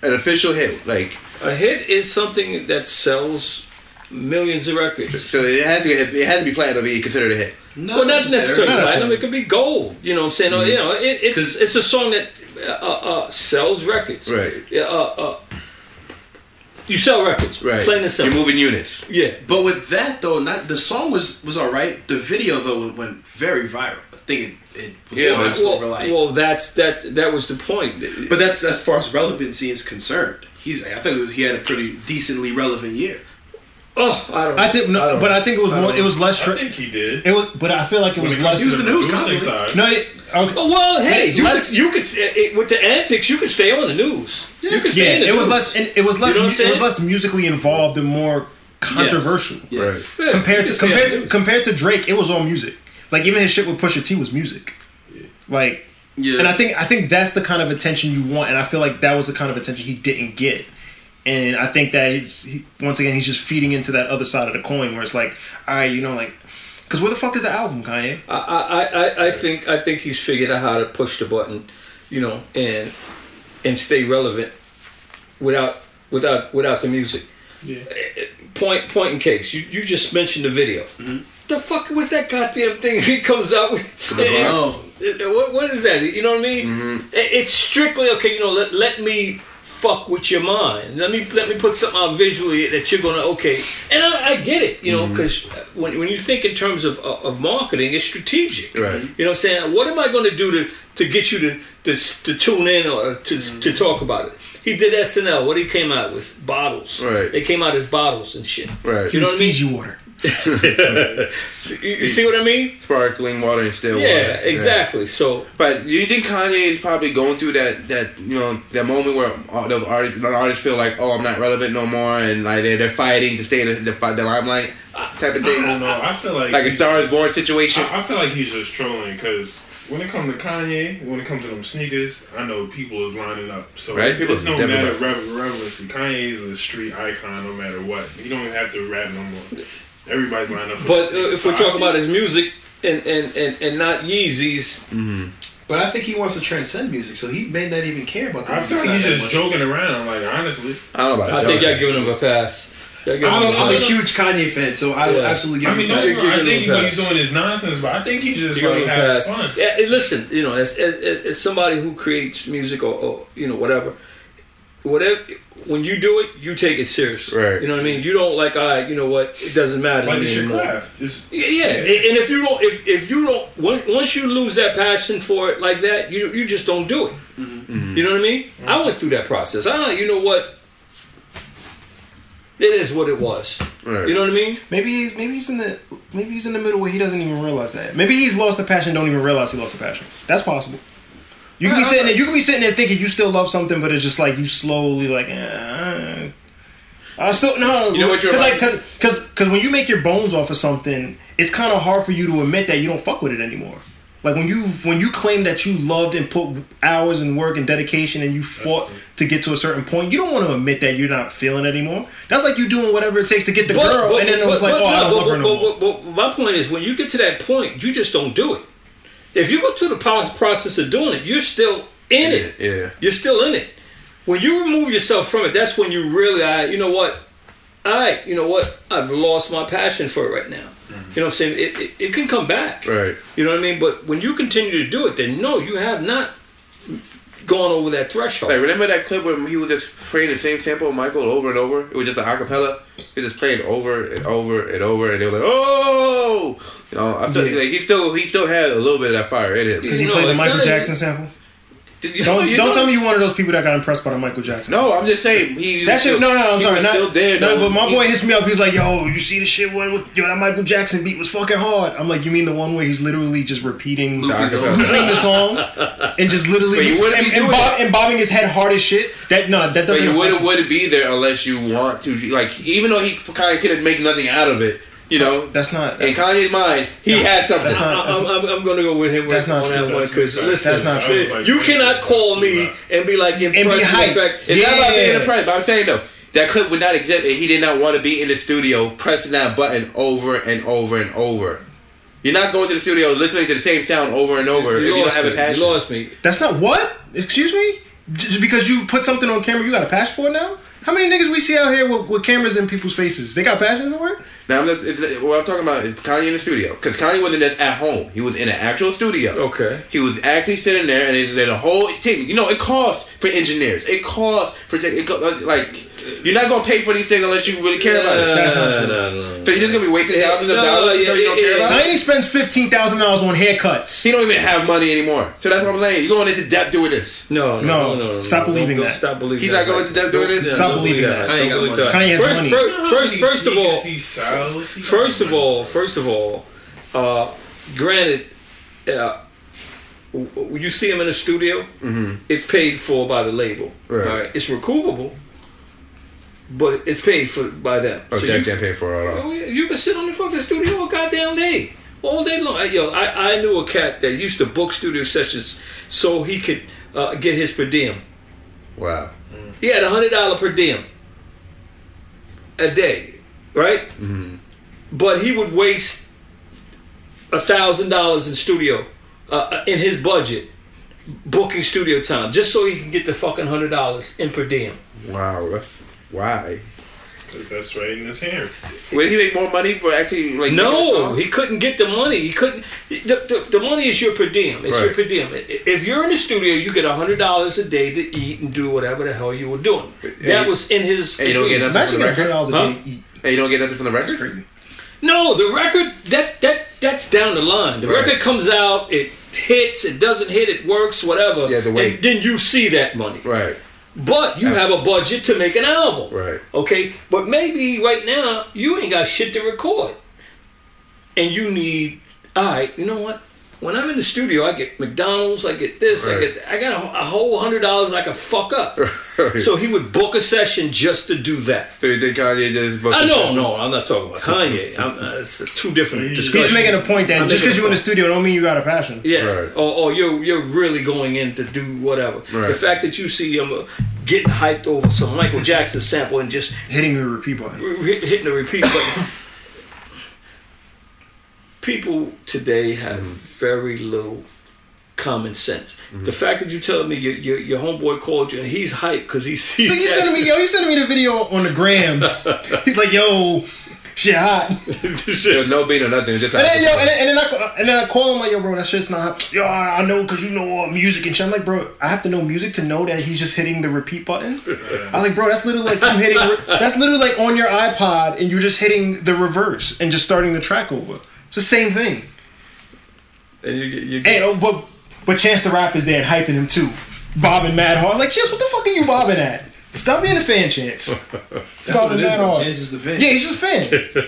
Speaker 3: An official hit, like
Speaker 4: A hit is something that sells millions of records.
Speaker 3: so it has to it has to be platinum to be considered a hit.
Speaker 5: No,
Speaker 4: Well, not necessarily
Speaker 5: No,
Speaker 4: platinum. It could be gold. You know what I'm saying? Or, You know, it, it's
Speaker 5: 'Cause-
Speaker 4: it's a song that uh, uh, sells records.
Speaker 3: Right.
Speaker 4: Yeah. Uh, uh, you sell records.
Speaker 3: Right.
Speaker 4: Plain and
Speaker 3: You're
Speaker 4: simple.
Speaker 3: moving units.
Speaker 4: Yeah.
Speaker 5: But with that though, not the song was was all right. The video though went, went very viral. I think it, it was
Speaker 3: Yeah,
Speaker 5: watched
Speaker 4: Well,
Speaker 5: over like.
Speaker 4: well, that's that. That was the point.
Speaker 5: but that's as far as relevancy is concerned. He's I think he had a pretty decently relevant year.
Speaker 4: oh, I don't.
Speaker 2: I think no,
Speaker 4: don't-
Speaker 2: but I think it was more. It was less.
Speaker 6: I
Speaker 2: Tra-
Speaker 6: think he did.
Speaker 2: it was, but I feel like it was less.
Speaker 5: comes to the news
Speaker 6: producing
Speaker 5: constantly.
Speaker 6: side.
Speaker 2: No, it, okay.
Speaker 4: Oh, well, hey, you
Speaker 2: less-
Speaker 4: could, you could it, it- with the antics, you could stay on the news. You could stay
Speaker 2: yeah,
Speaker 4: in the
Speaker 2: it was
Speaker 4: news.
Speaker 2: less. and It was less.
Speaker 4: You know what I'm
Speaker 2: it was
Speaker 4: saying?
Speaker 2: less musically involved and more controversial.
Speaker 5: Yes.
Speaker 4: Yeah, you
Speaker 2: compared
Speaker 4: could
Speaker 2: to
Speaker 4: stay on
Speaker 2: compared
Speaker 4: the
Speaker 2: to
Speaker 4: news.
Speaker 2: compared to Drake, it was all music. Like even his shit with Pusha T was music. Like,
Speaker 5: Yeah.
Speaker 2: and I think I think that's the kind of attention you want, and I feel like that was the kind of attention he didn't get. And I think that he's he, once again he's just feeding into that other side of the coin where it's like, all right, you know, like, because where the fuck is the album, Kanye?
Speaker 4: I, I, I, I think I think he's figured out how to push the button, you know, and and stay relevant without without without the music. Eh, eh, Point point in case you you just mentioned the video.
Speaker 3: Mm-hmm.
Speaker 4: The fuck was that goddamn thing [LAUGHS] he comes out with?
Speaker 5: Bronx.
Speaker 4: [LAUGHS] Eh, eh, What, what is that? You know what I mean?
Speaker 3: Mm-hmm.
Speaker 4: Eh, It's strictly okay. You know, let, let me fuck with your mind. Let me let me put something out visually that you're gonna okay. And I, I get it, you know,
Speaker 3: Mm-hmm.
Speaker 4: because when, when you think in terms of, of of marketing, it's strategic.
Speaker 3: Right.
Speaker 4: You know what I'm saying? What am I going to do to to get you to to, to tune in or to,
Speaker 3: Mm-hmm.
Speaker 4: to talk about it? He did SNL. What he came out with bottles.
Speaker 3: Right.
Speaker 4: They came out as bottles and shit.
Speaker 3: Right.
Speaker 4: You know what I mean?
Speaker 2: Fiji water.
Speaker 4: You, you see what I mean?
Speaker 3: Sparkling water and still water.
Speaker 4: Yeah, exactly. So
Speaker 3: But you think Kanye is probably going through that that you know that moment where all those artists, those artists feel like oh I'm not relevant no more and like they're, they're fighting to stay in the, the, fi- the limelight type of
Speaker 6: I
Speaker 4: Uh,
Speaker 3: thing
Speaker 6: don't know. I feel like
Speaker 3: like a Star is Born situation.
Speaker 6: I, I feel like he's just trolling because when it comes to Kanye, when it comes to them sneakers, I know people is lining up. So
Speaker 3: Right,
Speaker 6: it's,
Speaker 3: people
Speaker 6: it's no
Speaker 3: definitely-
Speaker 6: matter of rever- reverence. Kanye is a street icon no matter what. You don't even have to rap no more. Everybody's lining up. For
Speaker 4: But
Speaker 6: the
Speaker 4: uh, if
Speaker 6: sneakers.
Speaker 4: we're
Speaker 6: So I
Speaker 4: talking about
Speaker 6: think-
Speaker 4: his music and and and, and not Yeezys,
Speaker 5: But I think he wants to transcend music, so he may not even care about the
Speaker 6: I
Speaker 5: music
Speaker 6: feel like he's
Speaker 5: side that
Speaker 6: just
Speaker 5: much.
Speaker 6: joking around. Like honestly,
Speaker 3: I don't know about
Speaker 4: I
Speaker 3: that.
Speaker 4: think y'all giving him a pass. Y'all giving
Speaker 5: I'm,
Speaker 4: him a
Speaker 5: I'm a
Speaker 4: pass.
Speaker 5: huge Kanye fan, so I will
Speaker 4: Yeah.
Speaker 5: absolutely give
Speaker 6: I mean,
Speaker 5: him
Speaker 6: no,
Speaker 5: that.
Speaker 4: you're
Speaker 6: I
Speaker 4: giving
Speaker 6: think
Speaker 4: him a
Speaker 6: what he's
Speaker 4: pass.
Speaker 6: doing is nonsense, but I think he's just
Speaker 4: You're
Speaker 6: like
Speaker 4: gonna
Speaker 6: having
Speaker 4: pass.
Speaker 6: fun.
Speaker 4: Yeah, and listen, you know, as, as, as as somebody who creates music or, or you know whatever, whatever, when you do it, you take it seriously.
Speaker 3: Right.
Speaker 4: You know what I mean? You don't like I. you know what? It doesn't matter. to
Speaker 6: Like
Speaker 4: me
Speaker 6: it's your
Speaker 4: anymore.
Speaker 6: craft. It's,
Speaker 4: Yeah, yeah. And and if you don't, if, if you don't, on- once you lose that passion for it like that, you you just don't do it. You know what I mean? I went through that process. I don't, you know what? It is what it was.
Speaker 3: Right.
Speaker 4: You know what I mean?
Speaker 2: Maybe maybe he's in the maybe he's in the middle where he doesn't even realize that. Maybe he's lost a passion, don't even realize he lost a passion. That's possible. You could be sitting there, you could be sitting there thinking you still love something, but it's just like you slowly like. Eh, I still no,
Speaker 3: You know what you're
Speaker 2: because like
Speaker 3: about-
Speaker 2: because because because when you make your bones off of something, it's kind of hard for you to admit that you don't fuck with it anymore. Like when you when you claim that you loved and put hours and work and dedication and you fought to get to a certain point, you don't want to admit that you're not feeling it anymore. That's like you doing whatever it takes to get the girl, and then it was like,
Speaker 4: but-
Speaker 2: oh, I don't
Speaker 4: no, but-
Speaker 2: love her no
Speaker 4: but-
Speaker 2: more.
Speaker 4: but- but my point is, when you get to that point, you just don't do it. If you go through the pro- process of doing it, you're still in it.
Speaker 3: yeah.
Speaker 4: You're still in it. When you remove yourself from it, that's when you really, I, you know what? I, you know what? I've lost my passion for it right now.
Speaker 2: Mm-hmm.
Speaker 4: You know what I'm saying? It, it, it can come back.
Speaker 3: Right.
Speaker 4: You know what I mean? But when you continue to do it, then no, you have not gone over that threshold.
Speaker 3: Like remember that clip when he was just playing the same sample of Michael over and over? It was just an acapella. He just played over and over and over, and they were like, "Oh!" You know, I feel
Speaker 2: Yeah.
Speaker 3: like he still he still had a little bit of that fire in him.
Speaker 2: Because he
Speaker 4: No,
Speaker 2: played the
Speaker 4: it's
Speaker 2: Michael
Speaker 4: [LAUGHS] not-
Speaker 2: Jackson sample.
Speaker 3: Did you-
Speaker 2: Don't
Speaker 3: you
Speaker 2: don't
Speaker 3: know-
Speaker 2: tell me you're one of those people that got impressed by the Michael Jackson.
Speaker 3: No, I'm just saying he.
Speaker 2: That shit, no, no, no, I'm
Speaker 3: he
Speaker 2: sorry.
Speaker 3: was
Speaker 2: Not,
Speaker 3: still there,
Speaker 2: no,
Speaker 3: though.
Speaker 2: but my
Speaker 3: He-
Speaker 2: boy hits me up. He's like, yo, you see the shit? What, what, yo, that Michael Jackson beat was fucking hard. I'm like, you mean the one where he's literally just repeating,
Speaker 3: Dr. Pepper.
Speaker 2: repeating the song and just literally
Speaker 3: But you wouldn't
Speaker 2: and,
Speaker 3: be
Speaker 2: and,
Speaker 3: doing
Speaker 2: bob,
Speaker 3: that.
Speaker 2: and bobbing his head hard as shit? That no, that
Speaker 3: But
Speaker 2: doesn't.
Speaker 3: you
Speaker 2: impress
Speaker 3: wouldn't
Speaker 2: [LAUGHS] me.
Speaker 3: wouldn't be there unless you want to. Like even though he kind of couldn't make nothing out of it, you know.
Speaker 2: That's not.
Speaker 3: in
Speaker 2: That's,
Speaker 3: Kanye's mind, he had something.
Speaker 2: that's not.
Speaker 4: I-
Speaker 2: That's
Speaker 4: I'm,
Speaker 2: not
Speaker 4: I'm, I'm going to go with him with-
Speaker 2: That's not
Speaker 4: on
Speaker 2: true.
Speaker 4: that one
Speaker 6: That's
Speaker 4: because
Speaker 6: not-
Speaker 4: listen,
Speaker 2: that's not true.
Speaker 6: I was
Speaker 4: you
Speaker 6: like,
Speaker 4: cannot call me and be like impressed. with
Speaker 2: hype.
Speaker 4: the fact,
Speaker 3: It's not about being
Speaker 2: Yeah.
Speaker 3: impressed, but I'm saying though that clip would not exist if he did not want to be in the studio pressing that button over and over and over. You're not going to the studio listening to the same sound over and over if you don't
Speaker 4: lost
Speaker 3: have a
Speaker 4: me.
Speaker 3: passion.
Speaker 4: You lost me.
Speaker 2: that's not what? Excuse me? Just because you put something on camera, you got a passion for it now? How many niggas we see out here with, with cameras in people's faces? They got passion for it?
Speaker 3: Now, I'm not, it's, what I'm talking about is Kanye in the studio. Because Kanye wasn't just at home. He was in an actual studio.
Speaker 4: Okay.
Speaker 3: He was actually sitting there, and it, the whole team. You know, it costs for engineers. It costs for... tech- It, co- like, you're not going to pay for these things unless you really care about it.
Speaker 2: That's not
Speaker 4: Uh,
Speaker 2: true.
Speaker 4: no, no, no.
Speaker 3: So you're just going to be wasting
Speaker 4: Yeah,
Speaker 3: thousands of
Speaker 4: no,
Speaker 3: dollars
Speaker 4: yeah,
Speaker 3: until you don't
Speaker 4: yeah,
Speaker 3: care
Speaker 4: yeah.
Speaker 3: about it?
Speaker 2: Kanye spends $15,000 on haircuts.
Speaker 3: He don't even have money anymore. So that's what I'm saying. You're going into debt doing this.
Speaker 4: No, no, no,
Speaker 2: No,
Speaker 4: no, no,
Speaker 2: stop
Speaker 4: no.
Speaker 2: believing that.
Speaker 4: don't, Don't stop believing
Speaker 3: He's not
Speaker 4: that.
Speaker 3: going to debt doing this?
Speaker 2: Stop believing that.
Speaker 5: Kanye got
Speaker 4: Don't believe
Speaker 5: money.
Speaker 4: that.
Speaker 2: Kanye has
Speaker 4: first,
Speaker 2: money.
Speaker 4: First, first, first of all,
Speaker 6: Sneakers, he sells, he
Speaker 4: First
Speaker 6: got
Speaker 4: of all,
Speaker 6: money.
Speaker 4: first of all, uh, granted, uh, w- w- you see him in the studio. It's paid for by the label.
Speaker 3: Right.
Speaker 4: It's recoupable, but it's paid for by them.
Speaker 3: Oh,
Speaker 4: So
Speaker 3: Jack
Speaker 4: you-
Speaker 3: can't pay for uh, it at all.
Speaker 4: Oh, yeah, You can sit on the fucking studio all goddamn day, all day long. I- Yo, I, I knew a cat that used to book studio sessions so he could uh, get his per diem.
Speaker 3: Wow.
Speaker 4: He had a hundred dollar per diem a day, right?
Speaker 3: Mm-hmm.
Speaker 4: But he would waste a thousand dollars in studio uh, in his budget booking studio time just so he can get the fucking hundred dollars in per diem.
Speaker 3: Wow. That's... Why?
Speaker 6: 'Cause That's right in his hand.
Speaker 3: Would he make more money for actually like making a
Speaker 4: No,
Speaker 3: song?
Speaker 4: he couldn't get the money. He couldn't. The, the, the money is your per diem. It's your
Speaker 3: Right.
Speaker 4: per diem. I- If you're in the studio, you get hundred dollars a day to eat and do whatever the hell you were doing. That was in his.
Speaker 3: And you don't get nothing
Speaker 2: Imagine
Speaker 3: from the
Speaker 2: getting $100
Speaker 3: record.
Speaker 2: a
Speaker 4: Huh?
Speaker 2: day to eat.
Speaker 3: And you don't get nothing from the record.
Speaker 2: That's crazy.
Speaker 4: No, the record that that that's down the line. The
Speaker 3: Right.
Speaker 4: record comes out, it hits, it doesn't hit, it works, whatever.
Speaker 3: You have to wait.
Speaker 4: And then you see that money.
Speaker 3: Right.
Speaker 4: But you have a budget to make an album.
Speaker 3: Right.
Speaker 4: Okay? But maybe right now you ain't got shit to record. And you need alright, you know what? When I'm in the studio, I get McDonald's, I get this, I
Speaker 3: Right.
Speaker 4: get I got a, a whole hundred dollars I can fuck up.
Speaker 3: [LAUGHS]
Speaker 4: So he would book a session just to do that.
Speaker 3: So you think Kanye just?
Speaker 4: I know, no, I'm not talking about Kanye. I'm, uh, it's two different discussions.
Speaker 2: He's making a point that
Speaker 4: I'm
Speaker 2: just because
Speaker 4: making a
Speaker 2: you're in the
Speaker 4: point.
Speaker 2: studio don't mean you got a passion.
Speaker 4: Yeah,
Speaker 3: Right.
Speaker 4: or, or you're you're really going in to do whatever. The
Speaker 3: Right.
Speaker 4: fact that you see him uh, getting hyped over some Michael Jackson [LAUGHS] sample and just
Speaker 2: Hitting the repeat button.
Speaker 4: re- re- hitting the repeat button. People today have very little common sense.
Speaker 3: Mm-hmm.
Speaker 4: The fact that you tell me your, your your homeboy called you and he's hyped because he sees
Speaker 2: So you
Speaker 4: that-
Speaker 2: sending me, yo, you sending me the video on the [LAUGHS] gram. He's like, yo, shit hot.
Speaker 3: [LAUGHS] There's no beat or nothing. It's just
Speaker 2: And then yo, and then, and then I ca- and then I call him like, yo, bro, that shit's not. hot." Yo, I I know because you know all music and shit. I'm like, bro, I have to know music to know that he's just hitting the repeat
Speaker 5: [LAUGHS]
Speaker 2: button. I was like, bro, that's literally like you hitting. re- that's literally like on your iPod and you're just hitting the reverse and just starting the track over. It's the same thing.
Speaker 4: and you get- you
Speaker 2: Hey,
Speaker 4: get-
Speaker 2: oh, but but Chance the Rapper's there and hyping him too, bobbing mad hard. Like, Chance, what the fuck are you bobbing at? Stop being a fan,
Speaker 5: [LAUGHS]
Speaker 2: Chance. bobbing
Speaker 5: what it is,
Speaker 2: mad
Speaker 5: though.
Speaker 2: hard.
Speaker 5: Chance is the fan.
Speaker 2: Yeah, he's just a
Speaker 5: [LAUGHS]
Speaker 2: fan.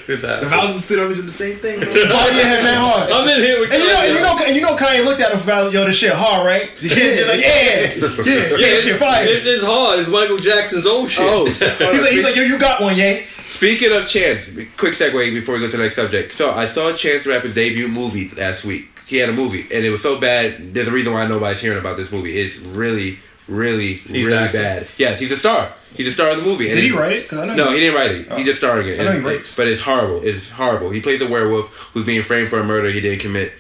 Speaker 5: If I was in the studio, I would do the same thing. Bro.
Speaker 2: bobbing your head mad hard.
Speaker 4: I'm in here with
Speaker 2: And you know,
Speaker 4: Kanye.
Speaker 2: and you know, and you know, Kanye looked at him for yo, this shit hard, right? [LAUGHS] Yeah, just like yeah, yeah, yeah, this shit fire.
Speaker 4: It's, it's hard. It's Michael Jackson's old shit.
Speaker 3: Oh,
Speaker 4: [LAUGHS]
Speaker 2: He's like, he's like, yo, you got one, yeah.
Speaker 3: speaking of Chance, quick segue before we go to the next subject. So I saw Chance the Rapper's debut movie last week. He had a movie, and it was so bad. There's a reason why nobody's hearing about this movie. It's really, really, really
Speaker 4: acting.
Speaker 3: bad. Yes, he's a star. He's a star of the movie.
Speaker 2: Did he write it? Cause I know.
Speaker 3: No, he didn't write it. He just starred in it.
Speaker 2: I know he
Speaker 3: And-
Speaker 2: writes.
Speaker 3: But it's horrible. It's horrible. He plays a werewolf who's being framed for a murder he didn't commit.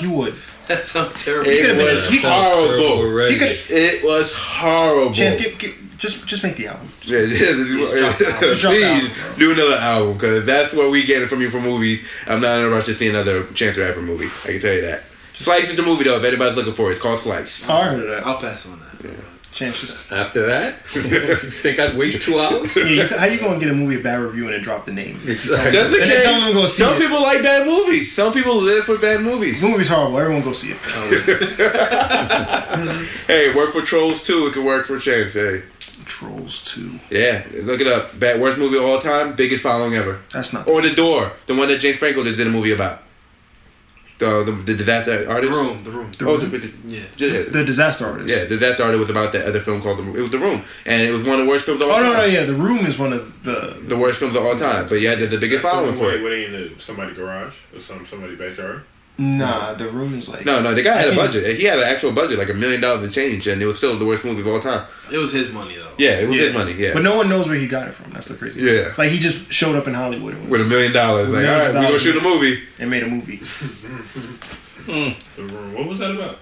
Speaker 2: he would.
Speaker 5: That sounds terrible.
Speaker 3: It
Speaker 2: could've been
Speaker 3: was
Speaker 2: a-
Speaker 4: That sounds terrible
Speaker 3: horrible.
Speaker 4: already.
Speaker 2: He could.
Speaker 3: It was horrible.
Speaker 2: Chance, get, get, just just make the album.
Speaker 3: Yeah,
Speaker 2: drop the album. Just drop the album,
Speaker 3: Please
Speaker 2: bro.
Speaker 3: do another album because that's what we get from you for movies. I'm not in a rush to see another Chance the Rapper movie. I can tell you that. Slice is the movie though. If anybody's looking for it, it's called Slice.
Speaker 2: I heard of that.
Speaker 5: I'll pass on that.
Speaker 2: Change this.
Speaker 4: After that,
Speaker 3: [LAUGHS]
Speaker 4: you think I'd waste two [LAUGHS] hours?
Speaker 2: Yeah, you, how you gonna get a movie a bad review and then drop the name?
Speaker 4: Exactly.
Speaker 3: Just in
Speaker 2: And then
Speaker 3: case,
Speaker 2: someone gonna see
Speaker 3: some
Speaker 2: it.
Speaker 3: people like bad movies. Some people live for bad movies.
Speaker 2: The movie's horrible. Everyone go see it.
Speaker 3: Oh, Hey, work for trolls too. It could work for change. Hey,
Speaker 2: Trolls Two.
Speaker 3: yeah, look it up. Bad worst movie of all time, biggest following ever.
Speaker 2: That's not.
Speaker 3: Or The Door, the one that James Franco just did a movie about. The the, the disaster
Speaker 5: The
Speaker 3: artist.
Speaker 5: room, the room.
Speaker 3: Oh, the, the,
Speaker 5: Yeah.
Speaker 3: just-
Speaker 2: The Disaster Artist.
Speaker 3: yeah, the disaster artist was about that other film called the. Room. It was The Room, and it was one of the worst films of all
Speaker 2: Oh no,
Speaker 3: time.
Speaker 2: no, yeah. The Room is one of the.
Speaker 3: The worst films of all time, but yeah, the, the biggest
Speaker 6: That's
Speaker 3: following
Speaker 6: something
Speaker 3: for
Speaker 6: where
Speaker 3: it.
Speaker 6: where they in the, somebody's garage or some somebody's backyard.
Speaker 2: Nah, The Room is like.
Speaker 3: No, no, the guy had a
Speaker 2: think-
Speaker 3: budget. He had an actual budget, like a million dollars and change, and it was still the worst movie of all time.
Speaker 5: It was his money though.
Speaker 3: Yeah, it was his money. Yeah,
Speaker 2: But no one knows where he got it from. That's the crazy. thing.
Speaker 3: Yeah.
Speaker 2: Like he just showed up in Hollywood and,
Speaker 3: [LAUGHS] with a million dollars,
Speaker 2: With
Speaker 3: like
Speaker 2: a
Speaker 3: all
Speaker 2: million
Speaker 3: right, we gonna
Speaker 2: dollars.
Speaker 3: shoot a movie.
Speaker 2: and made a movie.
Speaker 6: The room. What was that about?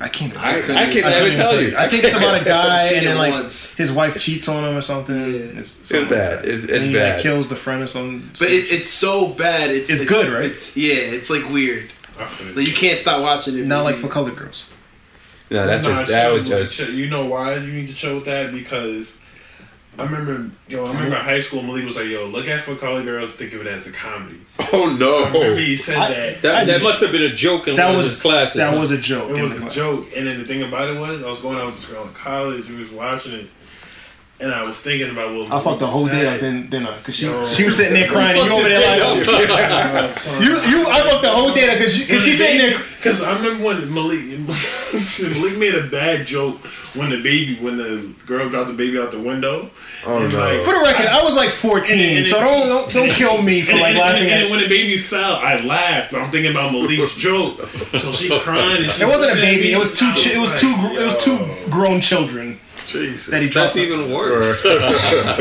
Speaker 2: I can't. even
Speaker 3: I,
Speaker 2: tell you.
Speaker 3: I can't
Speaker 2: couldn't
Speaker 3: even tell you.
Speaker 2: I think it's about a guy
Speaker 5: Seen
Speaker 2: and
Speaker 5: it
Speaker 2: then like
Speaker 5: once.
Speaker 2: his wife cheats on him or something. It's,
Speaker 3: It's
Speaker 2: something
Speaker 3: bad.
Speaker 2: like that.
Speaker 3: It's,
Speaker 2: and
Speaker 3: it's
Speaker 2: he, Like,
Speaker 3: bad.
Speaker 2: kills the friend or something.
Speaker 5: But it, it's so bad. It's,
Speaker 2: It's good, right?
Speaker 5: It's yeah. It's like weird.
Speaker 6: I feel
Speaker 5: Like you can't stop watching it.
Speaker 2: not like for colored girls.
Speaker 3: no, that's
Speaker 6: Nah,
Speaker 3: just, that
Speaker 6: chill
Speaker 3: was
Speaker 6: with
Speaker 3: just.
Speaker 6: the chill. You know why you need to chill with that because. I remember, yo. I remember in high school. Malik was like, "Yo, look out for color girls. Think of it as a comedy."
Speaker 3: [LAUGHS] Oh
Speaker 6: I remember
Speaker 3: no!
Speaker 6: he said
Speaker 2: I-
Speaker 6: that.
Speaker 2: I-
Speaker 4: That, that must have been a joke in
Speaker 2: That
Speaker 4: one of
Speaker 2: was
Speaker 4: his classes.
Speaker 2: That
Speaker 4: huh?
Speaker 2: was a joke.
Speaker 6: It
Speaker 2: in
Speaker 6: was
Speaker 2: the
Speaker 6: a
Speaker 2: class.
Speaker 6: joke, and then the thing about it was, I was going out with this girl in college. We was watching it, and I was thinking about what
Speaker 2: I fucked the whole day up
Speaker 6: said.
Speaker 2: then then because she
Speaker 6: Yo.
Speaker 2: she was sitting there crying and you over there like [LAUGHS] you you I fucked the whole day because because she's sitting there
Speaker 6: Because I remember when Malik [LAUGHS] Malik made a bad joke when the baby when the girl dropped the baby out the window.
Speaker 3: Oh,
Speaker 6: and
Speaker 3: no.
Speaker 2: For the record, I was like 14,
Speaker 6: And- and-
Speaker 2: so don't, don't don't kill me for
Speaker 6: and,
Speaker 2: like
Speaker 6: and, and,
Speaker 2: laughing
Speaker 6: and,
Speaker 2: at
Speaker 6: then
Speaker 2: it.
Speaker 6: when the baby fell, I laughed. But I'm thinking about
Speaker 3: [LAUGHS]
Speaker 6: Malik's joke, so she crying. And she
Speaker 2: It wasn't a
Speaker 6: looked at
Speaker 2: baby.
Speaker 6: me,
Speaker 2: It was two.
Speaker 6: and I
Speaker 2: Ch- it was
Speaker 6: like,
Speaker 2: two. Gr- it was two
Speaker 6: yo.
Speaker 2: grown children.
Speaker 4: Jesus.
Speaker 2: that he dropped
Speaker 4: That's
Speaker 2: it.
Speaker 4: even worse. [LAUGHS]
Speaker 3: I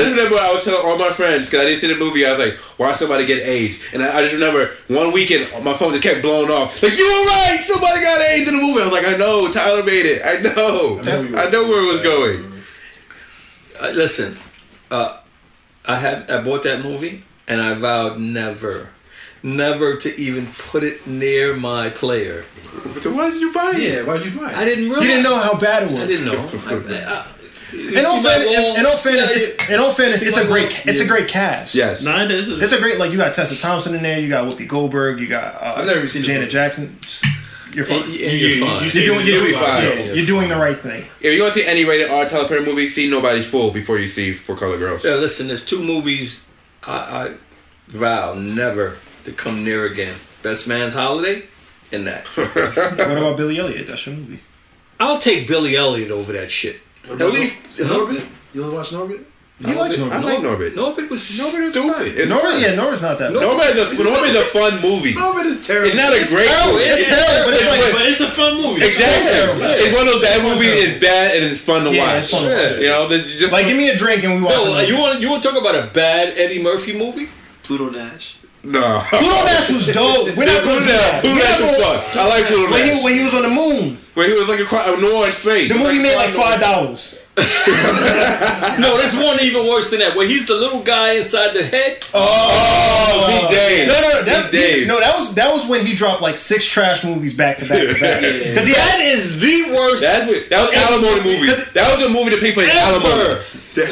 Speaker 3: just remember I was telling all my friends because I didn't see the movie. I was like, "Why somebody get AIDS?" And I, I just remember one weekend my phone just kept blowing off. Like, "You were right. Somebody got AIDS in the movie." I was like, "I know. Tyler made it. I know.
Speaker 6: I know you
Speaker 3: I know where it was
Speaker 6: sad.
Speaker 3: going."
Speaker 4: Uh, listen, uh, I had I bought that movie and I vowed never, never to even put it near my player.
Speaker 3: But then why did you buy it?
Speaker 5: Yeah. Why'd you buy it?
Speaker 4: I didn't realize.
Speaker 2: You didn't know how bad it
Speaker 4: I
Speaker 2: was.
Speaker 4: didn't know. I, I, I, you
Speaker 2: In all
Speaker 4: see my
Speaker 2: fairness,
Speaker 4: long-
Speaker 2: in- in all fairness,
Speaker 4: see,
Speaker 2: it's- in all fairness,
Speaker 4: see
Speaker 2: it's
Speaker 4: my
Speaker 2: a great
Speaker 4: long-
Speaker 2: ca- it's a
Speaker 4: yeah.
Speaker 2: great cast.
Speaker 3: Yes.
Speaker 6: Nah, it is.
Speaker 2: It's a great like you got Tessa Thompson in there. You got Whoopi Goldberg. You got uh,
Speaker 5: I've never seen it.
Speaker 2: Janet Jackson. Just, you're
Speaker 4: And,
Speaker 2: fine.
Speaker 4: and you're fine.
Speaker 6: see
Speaker 2: doing-
Speaker 6: the
Speaker 2: you're
Speaker 6: joke
Speaker 3: doing
Speaker 6: about
Speaker 3: fine.
Speaker 6: it.
Speaker 2: Yeah, you're doing the right thing.
Speaker 3: If you're gonna see any rated R Tyler Perry movie, see Nobody's Fool before you see For Color Girls. [LAUGHS]
Speaker 4: Yeah, listen, there's two movies I, I vow never to come near again. Best Man's Holiday and that.
Speaker 2: What about Billy Elliot? That's your movie.
Speaker 4: I'll take Billy Elliot over that shit. At least
Speaker 5: Norbit. You ever watch Norbit?
Speaker 2: You like
Speaker 3: I
Speaker 2: Norbert?
Speaker 3: like Norbit.
Speaker 4: Norbit was
Speaker 3: Norbit is
Speaker 4: Norbit stupid.
Speaker 3: fun. It's
Speaker 2: Norbert?
Speaker 3: fun.
Speaker 2: Yeah, Norbert's not that. bad.
Speaker 3: Norbit is a Norbit is a fun movie.
Speaker 5: Norbit is terrible.
Speaker 3: It's not a great
Speaker 4: terrible.
Speaker 3: movie.
Speaker 2: It's terrible, but it's like
Speaker 6: But it's a fun movie.
Speaker 3: Exactly. It's one of those bad movies. It's bad and it's fun to
Speaker 2: Yeah,
Speaker 3: watch.
Speaker 2: it's fun to
Speaker 4: watch.
Speaker 3: You know, there's just
Speaker 2: like give me a drink and we watch.
Speaker 4: No,
Speaker 2: it.
Speaker 4: you want you want to talk about a bad Eddie Murphy movie?
Speaker 5: Pluto Nash.
Speaker 3: [LAUGHS] no.
Speaker 2: Pluto Nash was dope. We're not
Speaker 3: Pluto
Speaker 2: gonna do that.
Speaker 3: Nash. Pluto
Speaker 2: We're
Speaker 3: Nash
Speaker 2: not
Speaker 3: was
Speaker 2: gonna-
Speaker 3: fun. I like Pluto
Speaker 2: When he,
Speaker 3: Nash.
Speaker 2: when he was on the moon,
Speaker 3: When he was like a, cro- a noir in space.
Speaker 2: the movie made like five dollars.
Speaker 4: No, there's one even worse than that. Where he's the little guy inside the head.
Speaker 3: Oh, Pete Dave.
Speaker 2: No, no, no, that's,
Speaker 3: Pete Dave.
Speaker 2: no. That was that was when he dropped like six trash movies back to back to back. Because he had
Speaker 4: That is the worst
Speaker 3: That's what, that was alimony movies. That was a movie to pay for his alimony.
Speaker 4: ever.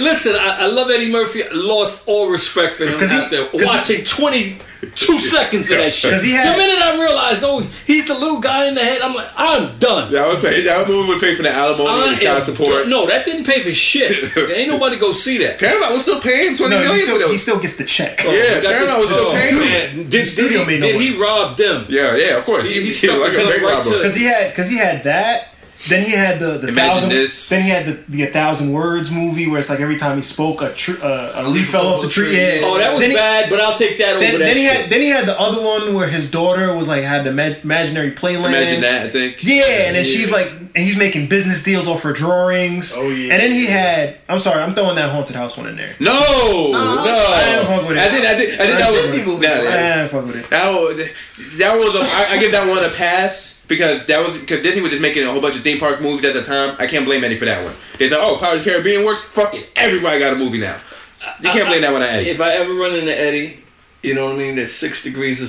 Speaker 4: Listen, I, I love Eddie Murphy. I lost all respect for him
Speaker 2: 'Cause he-
Speaker 4: after
Speaker 2: 'cause he-
Speaker 4: watching 22 seconds of that shit.
Speaker 2: 'Cause he had-
Speaker 4: the minute I realized, oh, he's the little guy in the head, I'm like, I'm done.
Speaker 3: That was paid. That movie was paid for the alimony
Speaker 4: I
Speaker 3: Uh, and child
Speaker 4: am
Speaker 3: support.
Speaker 4: done. Uh, No, that didn't pay
Speaker 3: [LAUGHS]
Speaker 4: for shit. Ain't nobody go see that.
Speaker 3: Paramount was still paying twenty
Speaker 2: no.
Speaker 3: million
Speaker 2: He
Speaker 3: for
Speaker 2: still, he
Speaker 3: those.
Speaker 2: still gets the check.
Speaker 3: Yeah,
Speaker 4: That did-
Speaker 3: Paramount was still
Speaker 4: oh,
Speaker 3: paying.
Speaker 4: man. Did, did
Speaker 2: studio
Speaker 4: he,
Speaker 2: made no
Speaker 4: did
Speaker 2: money.
Speaker 4: he rob them?
Speaker 3: Yeah, yeah, of course.
Speaker 4: He- he stuck
Speaker 3: like a
Speaker 4: the
Speaker 3: bank
Speaker 4: gun right
Speaker 3: robber.
Speaker 4: to it.
Speaker 2: Because he had because he had that. Then he had the, the
Speaker 3: Imagine
Speaker 2: thousand.
Speaker 3: this.
Speaker 2: Then he had the, the a thousand words movie where it's like every time he spoke a tr- uh, a leaf fell off the tree. Yeah.
Speaker 4: Oh, that was
Speaker 2: Then he-
Speaker 4: bad, but I'll take that
Speaker 2: Then,
Speaker 4: over that
Speaker 2: then he
Speaker 4: shit.
Speaker 2: had then he had the other one where his daughter was like had the ma- imaginary playland.
Speaker 3: Imagine that. I think.
Speaker 2: Yeah, and then she's like, and he's making business deals off her drawings.
Speaker 6: Oh, yeah.
Speaker 2: And then he had, I'm sorry, I'm throwing that haunted house one in there.
Speaker 3: No, no.
Speaker 2: I didn't fuck with it.
Speaker 3: I think. I think. I think
Speaker 2: That's
Speaker 3: that was.
Speaker 2: Disney
Speaker 3: Nah,
Speaker 2: movie,
Speaker 3: nah.
Speaker 2: Ah, fuck with it.
Speaker 3: That was, that was a, I, I give that one a pass because that was because Disney was just making a whole bunch of theme park movies at the time. I can't blame any for that one. They said, "Oh, Pirates of the Caribbean works. Fuck it, everybody got a movie now." You can't blame that one at Eddie.
Speaker 4: If I ever run into Eddie, You know what I mean? There's six degrees of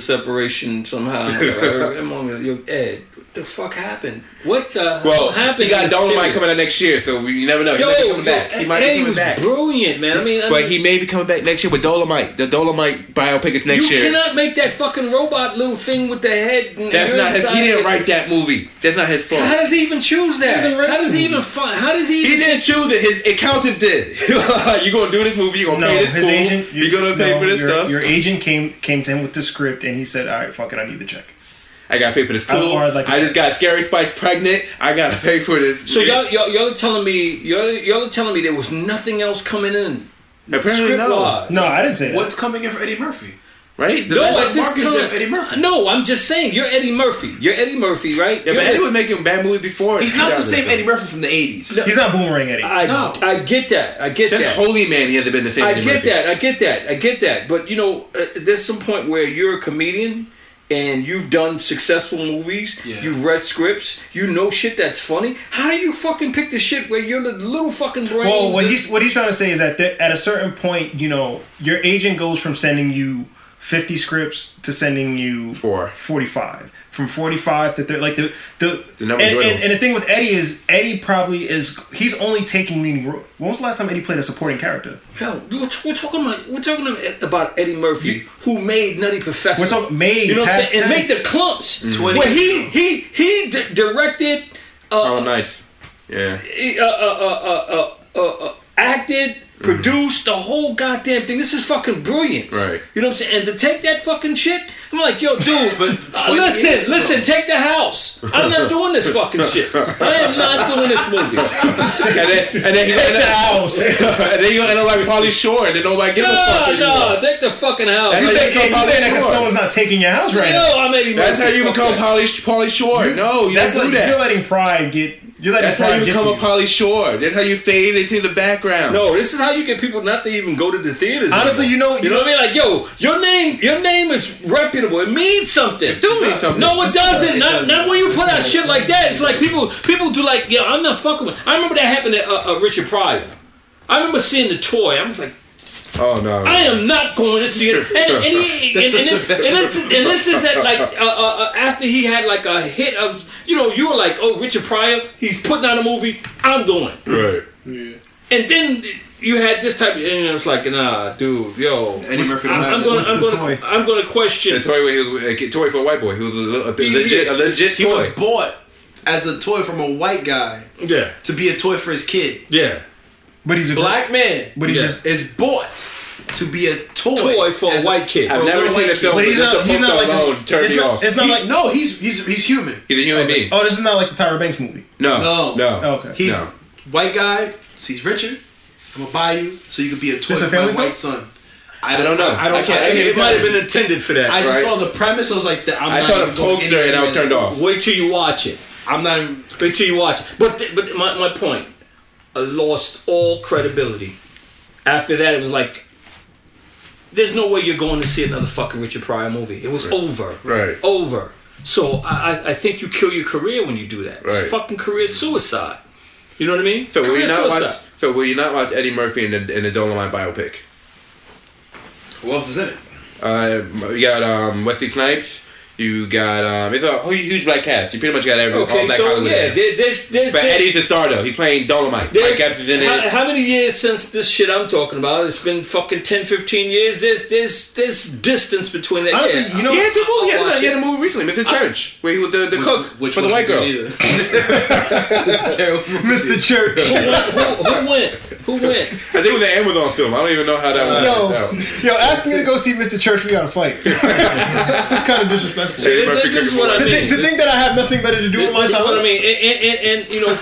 Speaker 3: [LAUGHS]
Speaker 4: separation somehow. I'm on yo, Ed, what the fuck happened? What the
Speaker 3: Well,
Speaker 4: hell happened?
Speaker 3: he
Speaker 4: to
Speaker 3: got
Speaker 4: this
Speaker 3: Dolomite
Speaker 4: kid?
Speaker 3: coming out next year, so we, you never know. He
Speaker 4: Yo,
Speaker 3: might be coming
Speaker 4: yo,
Speaker 3: back. He might
Speaker 4: Ed
Speaker 3: be coming
Speaker 4: was
Speaker 3: back.
Speaker 4: brilliant, man. I mean, I
Speaker 3: But
Speaker 4: mean,
Speaker 3: he may be coming back next year with Dolomite. The Dolomite biopic is next
Speaker 4: you
Speaker 3: year.
Speaker 4: cannot make that fucking robot little thing with the head. And
Speaker 3: That's
Speaker 4: you're
Speaker 3: not his,
Speaker 4: inside
Speaker 3: he
Speaker 4: it.
Speaker 3: didn't write that movie. That's not his
Speaker 4: So
Speaker 3: fault.
Speaker 4: how does he even choose
Speaker 2: He
Speaker 4: that?
Speaker 2: doesn't
Speaker 4: How does he even find? How does he?
Speaker 3: He
Speaker 4: Even,
Speaker 3: didn't choose it. His accountant did. [LAUGHS] you gonna do this movie? You gonna
Speaker 2: No,
Speaker 3: pay this
Speaker 2: his
Speaker 3: fool,
Speaker 2: agent.
Speaker 3: You gonna pay
Speaker 2: no,
Speaker 3: for this
Speaker 2: your,
Speaker 3: stuff?
Speaker 2: Your agent came came to him with the script, and he said, "All right, fuck it, I need the check."
Speaker 3: I gotta pay for this
Speaker 2: I
Speaker 3: pool. I,
Speaker 2: borrowed like a-
Speaker 3: just got Scary Spice pregnant. I gotta pay for this.
Speaker 4: so y'all, y'all, y'all are telling me, y'all, y'all are telling me there was nothing else coming in.
Speaker 3: apparently no,
Speaker 4: script-wise.
Speaker 2: No, I didn't say that.
Speaker 5: What's coming in for Eddie Murphy?
Speaker 3: right? The
Speaker 4: No,
Speaker 3: last-
Speaker 4: at this
Speaker 5: Marcus
Speaker 4: time,
Speaker 5: and Eddie Murphy.
Speaker 4: no. I'm just saying, you're Eddie Murphy. You're Eddie Murphy, right?
Speaker 3: yeah,
Speaker 4: You're
Speaker 3: but Eddie
Speaker 4: this-
Speaker 3: was making bad movies before.
Speaker 5: He's not the
Speaker 3: 2000.
Speaker 5: same Eddie Murphy from the 80s.
Speaker 2: He's not boomerang Eddie.
Speaker 4: I,
Speaker 5: No.
Speaker 4: I get that. I get
Speaker 3: That's
Speaker 4: that.
Speaker 3: Holy Man. He hasn't been the same.
Speaker 4: I
Speaker 3: Eddie
Speaker 4: get
Speaker 3: Murphy.
Speaker 4: that. I get that. I get that. But you know, uh, there's some point where you're a comedian and you've done successful movies.
Speaker 5: Yeah.
Speaker 4: You've read scripts. You know shit that's funny. How do you fucking pick the shit where you're the little fucking brain?
Speaker 2: Well, what he's what he's trying to say is that there, at a certain point, you know, your agent goes from sending you fifty scripts to sending you
Speaker 3: Four.
Speaker 2: forty five. From forty five to 30, like the the,
Speaker 3: The
Speaker 2: and,
Speaker 3: number of
Speaker 2: and,
Speaker 3: riddles.
Speaker 2: and the thing with Eddie is Eddie probably is he's only taking leading role. When was the last time Eddie played a supporting character?
Speaker 4: Hell, we're, we're talking about we're talking about Eddie Murphy who made Nutty Professor.
Speaker 2: We're talking made.
Speaker 4: you know what I'm
Speaker 2: past
Speaker 4: saying? And make
Speaker 2: tense.
Speaker 4: the clumps.
Speaker 5: 20
Speaker 4: Where he he he di- directed. Uh,
Speaker 3: All nights.
Speaker 4: [LAUGHS]
Speaker 3: Yeah. [LAUGHS]
Speaker 4: uh, uh, uh, uh, uh, uh, acted, produced the whole goddamn thing. This is fucking brilliant.
Speaker 3: Right.
Speaker 4: You know what I'm saying? And to take that fucking shit, I'm like, yo, dude,
Speaker 5: But
Speaker 4: uh,
Speaker 5: 20 years
Speaker 4: listen,
Speaker 5: ago.
Speaker 4: listen, take the house. I'm not doing this fucking shit. I am not doing this movie.
Speaker 3: And then and [LAUGHS] then he
Speaker 2: Take the
Speaker 3: gonna
Speaker 2: house.
Speaker 3: and then you gonna end up like Polly Shore, and then nobody gives a fuck.
Speaker 4: No,
Speaker 3: anymore.
Speaker 4: no, take the fucking house.
Speaker 2: You say,
Speaker 3: That's- Like, you
Speaker 2: you
Speaker 3: come
Speaker 2: say that
Speaker 3: out
Speaker 2: because
Speaker 3: short.
Speaker 2: someone's not taking your house right now.
Speaker 4: Yo, I'm Eddie
Speaker 3: That's how
Speaker 4: Murphy.
Speaker 3: you
Speaker 4: Fuck
Speaker 3: become
Speaker 4: that.
Speaker 3: Polly Polly Shore. no, you
Speaker 2: That's like
Speaker 3: don't do
Speaker 2: you're
Speaker 3: that.
Speaker 2: letting pride get. You're letting
Speaker 3: That's
Speaker 2: pride
Speaker 3: how you
Speaker 2: get
Speaker 3: become
Speaker 2: to
Speaker 3: a Polly Shore. That's how you fade into the background.
Speaker 4: No, this is how you get people not to even go to the theaters.
Speaker 2: Honestly, you know-
Speaker 4: anymore.
Speaker 2: you
Speaker 4: you know what I mean? Like, yo, your name, your name is reputable. It means something. It's
Speaker 3: doing something.
Speaker 4: No, it doesn't.
Speaker 5: it
Speaker 4: not,
Speaker 5: doesn't.
Speaker 4: not when you put out shit like that. It's like people, people do like, yo, I'm not fucking with. I remember that happened to uh, uh, Richard Pryor. I remember seeing the toy. I was like,
Speaker 3: Oh no.
Speaker 4: I am not going to see it. And, and, he, and,
Speaker 5: That's
Speaker 4: and,
Speaker 5: such a
Speaker 4: and this, and this is at like uh, uh, uh, after he had like a hit of, you know, you were like, oh, Richard Pryor, he's putting out a movie. I'm going.
Speaker 3: Right.
Speaker 4: And then you had this type, of, and it was like, nah, dude, yo,
Speaker 5: Eddie
Speaker 4: what's-
Speaker 5: Murphy
Speaker 4: I'm,
Speaker 5: was-
Speaker 4: I'm gonna,
Speaker 2: what's
Speaker 4: I'm
Speaker 2: the
Speaker 4: gonna,
Speaker 2: toy?
Speaker 4: I'm gonna question.
Speaker 3: The toy where he was a kid- toy for a white boy. He was a, li- a
Speaker 4: He-
Speaker 3: legit, a
Speaker 4: he-
Speaker 3: legit
Speaker 5: He
Speaker 3: toy.
Speaker 5: was bought as a toy from a white guy
Speaker 4: Yeah,
Speaker 5: to be a toy for his kid.
Speaker 4: yeah.
Speaker 2: But he's a
Speaker 5: Black man
Speaker 2: But he's
Speaker 4: Yeah.
Speaker 2: just
Speaker 5: is bought to be a toy.
Speaker 4: Toy for a
Speaker 5: as
Speaker 4: white kid.
Speaker 3: I've
Speaker 5: for
Speaker 3: never
Speaker 5: little
Speaker 3: seen
Speaker 5: white
Speaker 3: a film
Speaker 5: kid.
Speaker 2: But he's
Speaker 3: Just
Speaker 2: not.
Speaker 3: the
Speaker 2: He's not like.
Speaker 3: poster
Speaker 2: a-
Speaker 3: alone turned
Speaker 2: it's
Speaker 3: me
Speaker 2: not-
Speaker 3: off.
Speaker 2: It's not
Speaker 5: He-
Speaker 2: like.
Speaker 5: no, he's he's he's human.
Speaker 3: He's a human being.
Speaker 2: Oh, this is not like the Tyra Banks movie.
Speaker 3: No.
Speaker 5: No.
Speaker 3: No.
Speaker 2: Okay.
Speaker 5: He's
Speaker 3: No.
Speaker 5: white guy. Sees Richard. I'm gonna buy you so you can be a toy
Speaker 2: This a
Speaker 5: for my
Speaker 2: family
Speaker 5: white
Speaker 2: thing?
Speaker 5: son.
Speaker 3: I don't know.
Speaker 5: I don't
Speaker 3: I
Speaker 5: care.
Speaker 3: can't-
Speaker 5: I,
Speaker 3: I
Speaker 5: can't
Speaker 4: It
Speaker 5: tell
Speaker 4: might have
Speaker 5: you.
Speaker 4: been intended for that.
Speaker 5: I just
Speaker 3: right?
Speaker 5: saw the premise. I was like, that. I'm
Speaker 3: I
Speaker 5: not
Speaker 3: saw
Speaker 5: even
Speaker 3: the
Speaker 5: going
Speaker 3: poster and I was
Speaker 5: anywhere.
Speaker 3: turned off.
Speaker 4: Wait till you watch it.
Speaker 5: I'm not. Even,
Speaker 4: Wait till you watch it. But, th- but my, my point, I lost all credibility. After that, it was like, there's no way you're going to see another fucking Richard Pryor movie. It was over.
Speaker 3: Right.
Speaker 4: Over. So I, I- I think you kill your career when you do that.
Speaker 3: Right.
Speaker 4: It's fucking career suicide. You know what I mean?
Speaker 3: So will
Speaker 4: career
Speaker 3: you not watch? So will you not watch Eddie Murphy in the in the Dolomite biopic?
Speaker 5: who else is in it?
Speaker 3: Uh, you got um, Wesley Snipes. You got um, it's a whole huge black cast. You pretty much got every all
Speaker 4: Okay,
Speaker 3: black
Speaker 4: so
Speaker 3: Hollywood. in
Speaker 4: yeah,
Speaker 3: there.
Speaker 4: there, there's there's,
Speaker 3: but
Speaker 4: there-
Speaker 3: Eddie's a star though. He's playing Dolomite. Mike
Speaker 4: there's
Speaker 3: Epps is in
Speaker 4: how,
Speaker 3: it.
Speaker 4: how many years since this shit I'm talking about? It's been fucking 10, 15 years. There's there's there's distance between that.
Speaker 2: Honestly,
Speaker 4: yeah,
Speaker 2: you know-
Speaker 3: He had two
Speaker 4: I'll
Speaker 3: movies. He had,
Speaker 4: watch
Speaker 3: Oh, he had
Speaker 4: it.
Speaker 3: a movie recently, Mr. Church, where he was the, the cook
Speaker 5: Which
Speaker 3: for the white
Speaker 5: wasn't
Speaker 3: girl. [LAUGHS]
Speaker 5: good either. It's terrible.
Speaker 2: Mr. Church.
Speaker 4: who, went? Who, who went? Who went?
Speaker 3: I think it was an Amazon film. I don't even know how that
Speaker 4: [LAUGHS]
Speaker 3: one
Speaker 2: [LAUGHS] Yo,
Speaker 3: worked out.
Speaker 2: yo, ask me to go see Mr. Church. We got to fight. [LAUGHS] It's kind of disrespectful.
Speaker 4: See,
Speaker 3: Eddie
Speaker 4: this,
Speaker 3: Murphy
Speaker 4: this is
Speaker 3: cooking
Speaker 4: what I
Speaker 3: for
Speaker 2: To,
Speaker 4: mean.
Speaker 2: think, to
Speaker 4: This-
Speaker 2: think that I have nothing better to do with my
Speaker 4: That's what I
Speaker 2: time.
Speaker 4: mean, and, and, and, and you know,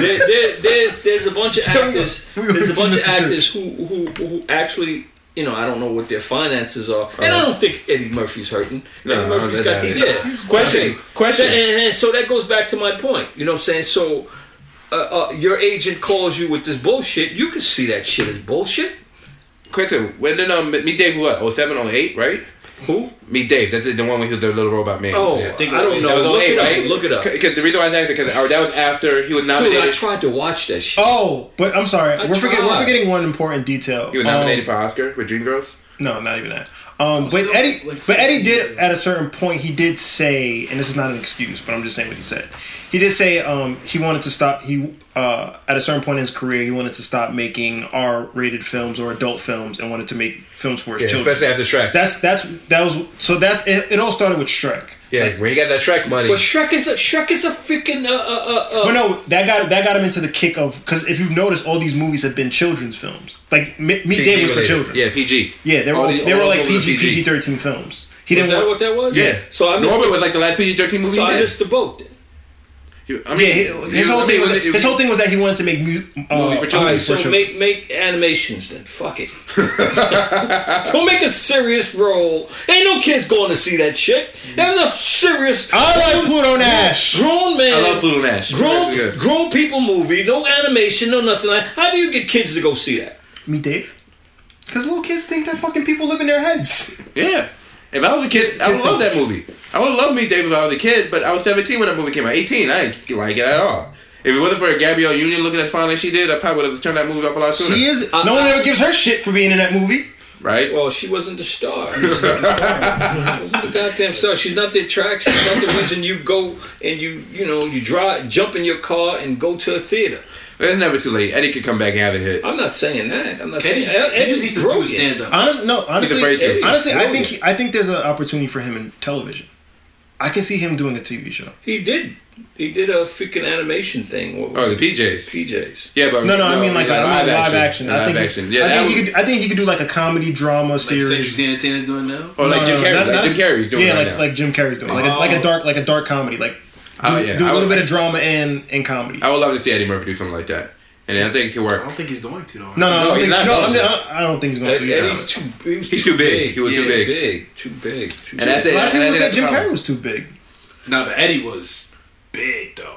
Speaker 4: there, there, there's there's a bunch of actors,
Speaker 2: Here we go.
Speaker 4: there's a bunch of
Speaker 2: Mr. Church.
Speaker 4: actors who, who who actually, you know, I don't know what their finances are, and I don't think Eddie Murphy's hurting.
Speaker 3: No,
Speaker 4: Eddie Murphy's
Speaker 3: that-
Speaker 4: got
Speaker 3: that-
Speaker 4: yeah.
Speaker 3: Question, question.
Speaker 4: And, and- and so that goes back to my point. You know what I'm saying? So uh, uh, your agent calls you with this bullshit. You can see that shit is bullshit.
Speaker 3: Question: When did um Meet Dave what? 07, 08, right?
Speaker 4: Who?
Speaker 3: Meet Dave. That's the one where he was the little robot man.
Speaker 4: Oh,
Speaker 3: Yeah.
Speaker 4: I,
Speaker 5: think it
Speaker 4: don't
Speaker 5: was-
Speaker 4: know.
Speaker 3: That was
Speaker 4: Look
Speaker 3: 08,
Speaker 4: it up.
Speaker 3: right?
Speaker 4: Look it up.
Speaker 3: Because the reason why I asked because that was after he was
Speaker 4: Dude, I
Speaker 3: nominated.
Speaker 4: tried to watch that shit.
Speaker 2: Oh, but I'm sorry.
Speaker 4: I
Speaker 2: We're, forget, we're
Speaker 4: tried.
Speaker 2: forgetting one important detail.
Speaker 3: he was
Speaker 2: Um,
Speaker 3: nominated for Oscar for Dreamgirls.
Speaker 2: No, not even that.
Speaker 4: Oh,
Speaker 2: Um, but
Speaker 5: still,
Speaker 2: Eddie,
Speaker 5: like,
Speaker 2: but Eddie did at a certain point. He did say, and this is not an excuse, but I'm just saying what he said. He did say um, he wanted to stop. He uh, at a certain point in his career, he wanted to stop making R-rated films or adult films, and wanted to make films for his
Speaker 3: Yeah,
Speaker 2: children.
Speaker 3: especially after Shrek.
Speaker 2: That's that's that was so that's it, it. All started with Shrek.
Speaker 3: yeah, when he got that Shrek money,
Speaker 4: But Shrek is a Shrek is a freaking uh uh uh. uh
Speaker 2: But no, that got that got him into the kick of because if you've noticed, all these movies have been children's films. Like Me- Meet Dave was for
Speaker 3: related.
Speaker 2: children.
Speaker 3: Yeah, PG.
Speaker 2: Yeah, they were
Speaker 3: All
Speaker 2: all,
Speaker 3: the-
Speaker 2: they were
Speaker 3: all
Speaker 2: like
Speaker 3: over the
Speaker 2: PG
Speaker 3: PG.
Speaker 2: PG thirteen films. He
Speaker 4: is
Speaker 2: didn't.
Speaker 4: that
Speaker 2: Want,
Speaker 4: what that was?
Speaker 3: Yeah.
Speaker 4: So I missed.
Speaker 3: Norbert was like the last PG thirteen movie.
Speaker 4: so
Speaker 3: he
Speaker 4: I
Speaker 3: did.
Speaker 4: missed the boat. Then.
Speaker 3: You- I
Speaker 2: yeah,
Speaker 3: mean,
Speaker 2: he- his
Speaker 3: you-
Speaker 2: whole
Speaker 3: I
Speaker 2: thing
Speaker 3: mean,
Speaker 2: was
Speaker 3: it- it-
Speaker 2: his whole thing was that he wanted to make mu- uh,
Speaker 3: Movies for
Speaker 4: All
Speaker 3: children.
Speaker 4: right,
Speaker 2: movies for
Speaker 4: so
Speaker 2: children.
Speaker 4: make make animations then. Fuck it. [LAUGHS] Don't make a serious role. Ain't no kids going to see that shit. That was a serious.
Speaker 2: I like Pluto Nash.
Speaker 4: Grown man.
Speaker 3: I love Pluto Nash. That's
Speaker 4: Grown,
Speaker 3: good.
Speaker 4: grown people movie, no animation, no nothing. Like, how do you get kids to go see that?
Speaker 2: Meet Dave. Because little kids think that fucking people live in their heads.
Speaker 3: Yeah. If I was a kid, I would love that movie. I would love Meet Dave if I was a kid, but I was 17 when that movie came out. 18, I didn't like it at all. If it wasn't for Gabrielle Union looking as fine as she did, I probably would have turned that movie up a lot sooner.
Speaker 2: She is.
Speaker 4: I-
Speaker 2: no one
Speaker 4: I-
Speaker 2: ever gives her shit for being in that movie.
Speaker 3: Right?
Speaker 4: Well, she wasn't the star. She wasn't the goddamn star. She's not the attraction. She's not the reason you go and you you know you drive, jump in your car and go to a theater.
Speaker 3: It's never too late. Eddie could come back and have a hit.
Speaker 4: I'm not saying that. I'm not
Speaker 5: Eddie,
Speaker 4: saying Ed-
Speaker 5: he just
Speaker 4: Eddie's
Speaker 5: needs to do
Speaker 4: brilliant.
Speaker 5: stand up.
Speaker 2: Honestly, no. Honestly,
Speaker 3: afraid to.
Speaker 2: honestly, I
Speaker 4: Eddie's
Speaker 2: think he, I think there's an opportunity for him in television. I can see him doing a TV show.
Speaker 4: He did. He did a freaking animation thing. What was
Speaker 3: Oh, the
Speaker 4: it?
Speaker 3: PJs.
Speaker 4: PJs.
Speaker 3: Yeah, but
Speaker 2: No, no, I mean like a
Speaker 3: Oh, yeah,
Speaker 2: live, action.
Speaker 3: Live
Speaker 2: I think,
Speaker 3: action.
Speaker 2: He,
Speaker 3: Yeah,
Speaker 2: I
Speaker 3: that
Speaker 2: think he
Speaker 3: would-
Speaker 2: could. I think he could do like a comedy drama
Speaker 5: Like
Speaker 2: series.
Speaker 5: Cedric the Entertainer's doing now.
Speaker 3: or oh, like
Speaker 2: No,
Speaker 3: Jim
Speaker 2: no,
Speaker 3: Carrey.
Speaker 2: not-
Speaker 3: like
Speaker 2: not-
Speaker 3: Jim Carrey's doing
Speaker 2: yeah,
Speaker 3: right
Speaker 2: like
Speaker 3: now.
Speaker 2: like Jim Carrey's doing, like a, like a dark, like a dark comedy, like do,
Speaker 3: Oh, yeah.
Speaker 2: do
Speaker 3: I
Speaker 2: a little
Speaker 3: would-
Speaker 2: bit of drama and and comedy.
Speaker 3: I would love to see Eddie Murphy do something like that. And I think it could
Speaker 5: I
Speaker 3: work.
Speaker 5: don't think he's going to though.
Speaker 2: no, no, I
Speaker 3: No,
Speaker 2: don't
Speaker 3: he's
Speaker 2: think,
Speaker 3: not
Speaker 2: no,
Speaker 3: going
Speaker 2: I'm,
Speaker 3: to.
Speaker 2: not- I don't think he's going
Speaker 4: Ed-
Speaker 2: to. either.
Speaker 4: Eddie's too. He was
Speaker 3: He's too big. He was too big.
Speaker 4: Too big. Too
Speaker 3: And
Speaker 4: big.
Speaker 3: that's it.
Speaker 2: a lot of people
Speaker 3: And
Speaker 2: said Jim
Speaker 3: I think that's the
Speaker 2: Carrey
Speaker 3: problem.
Speaker 2: was too big.
Speaker 5: no, but Eddie was big though.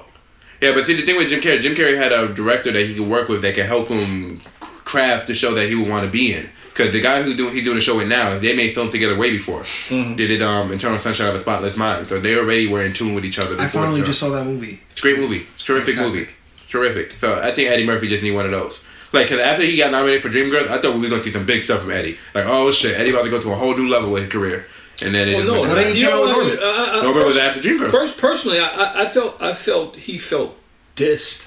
Speaker 3: Yeah, but see the thing with Jim Carrey, Jim Carrey had a director that he could work with that could help him craft the show that he would want to be in. Because the guy who's doing he's doing a show with now, they made film together way before. They did um Internal Sunshine of a Spotless Mind, so they already were in tune with each other. Before
Speaker 2: I finally
Speaker 3: the show.
Speaker 2: just saw that movie.
Speaker 3: it's a great movie, it's a terrific
Speaker 2: Fantastic.
Speaker 3: movie, terrific. So I think Eddie Murphy just need one of those. Like, cause after he got nominated for Dreamgirls, I thought we were gonna see some big stuff from Eddie. Like, oh shit, Eddie about to go to a whole new level with his career, and then it
Speaker 4: Well,
Speaker 3: just
Speaker 4: no,
Speaker 3: went
Speaker 2: Well,
Speaker 3: back.
Speaker 2: they-
Speaker 4: you
Speaker 2: came out
Speaker 4: know
Speaker 2: with
Speaker 4: what? I mean?
Speaker 2: Norbit.
Speaker 4: I- I- I-
Speaker 3: Norbert was after Dreamgirls.
Speaker 4: Pers- personally, I, I- I felt I felt he felt dissed.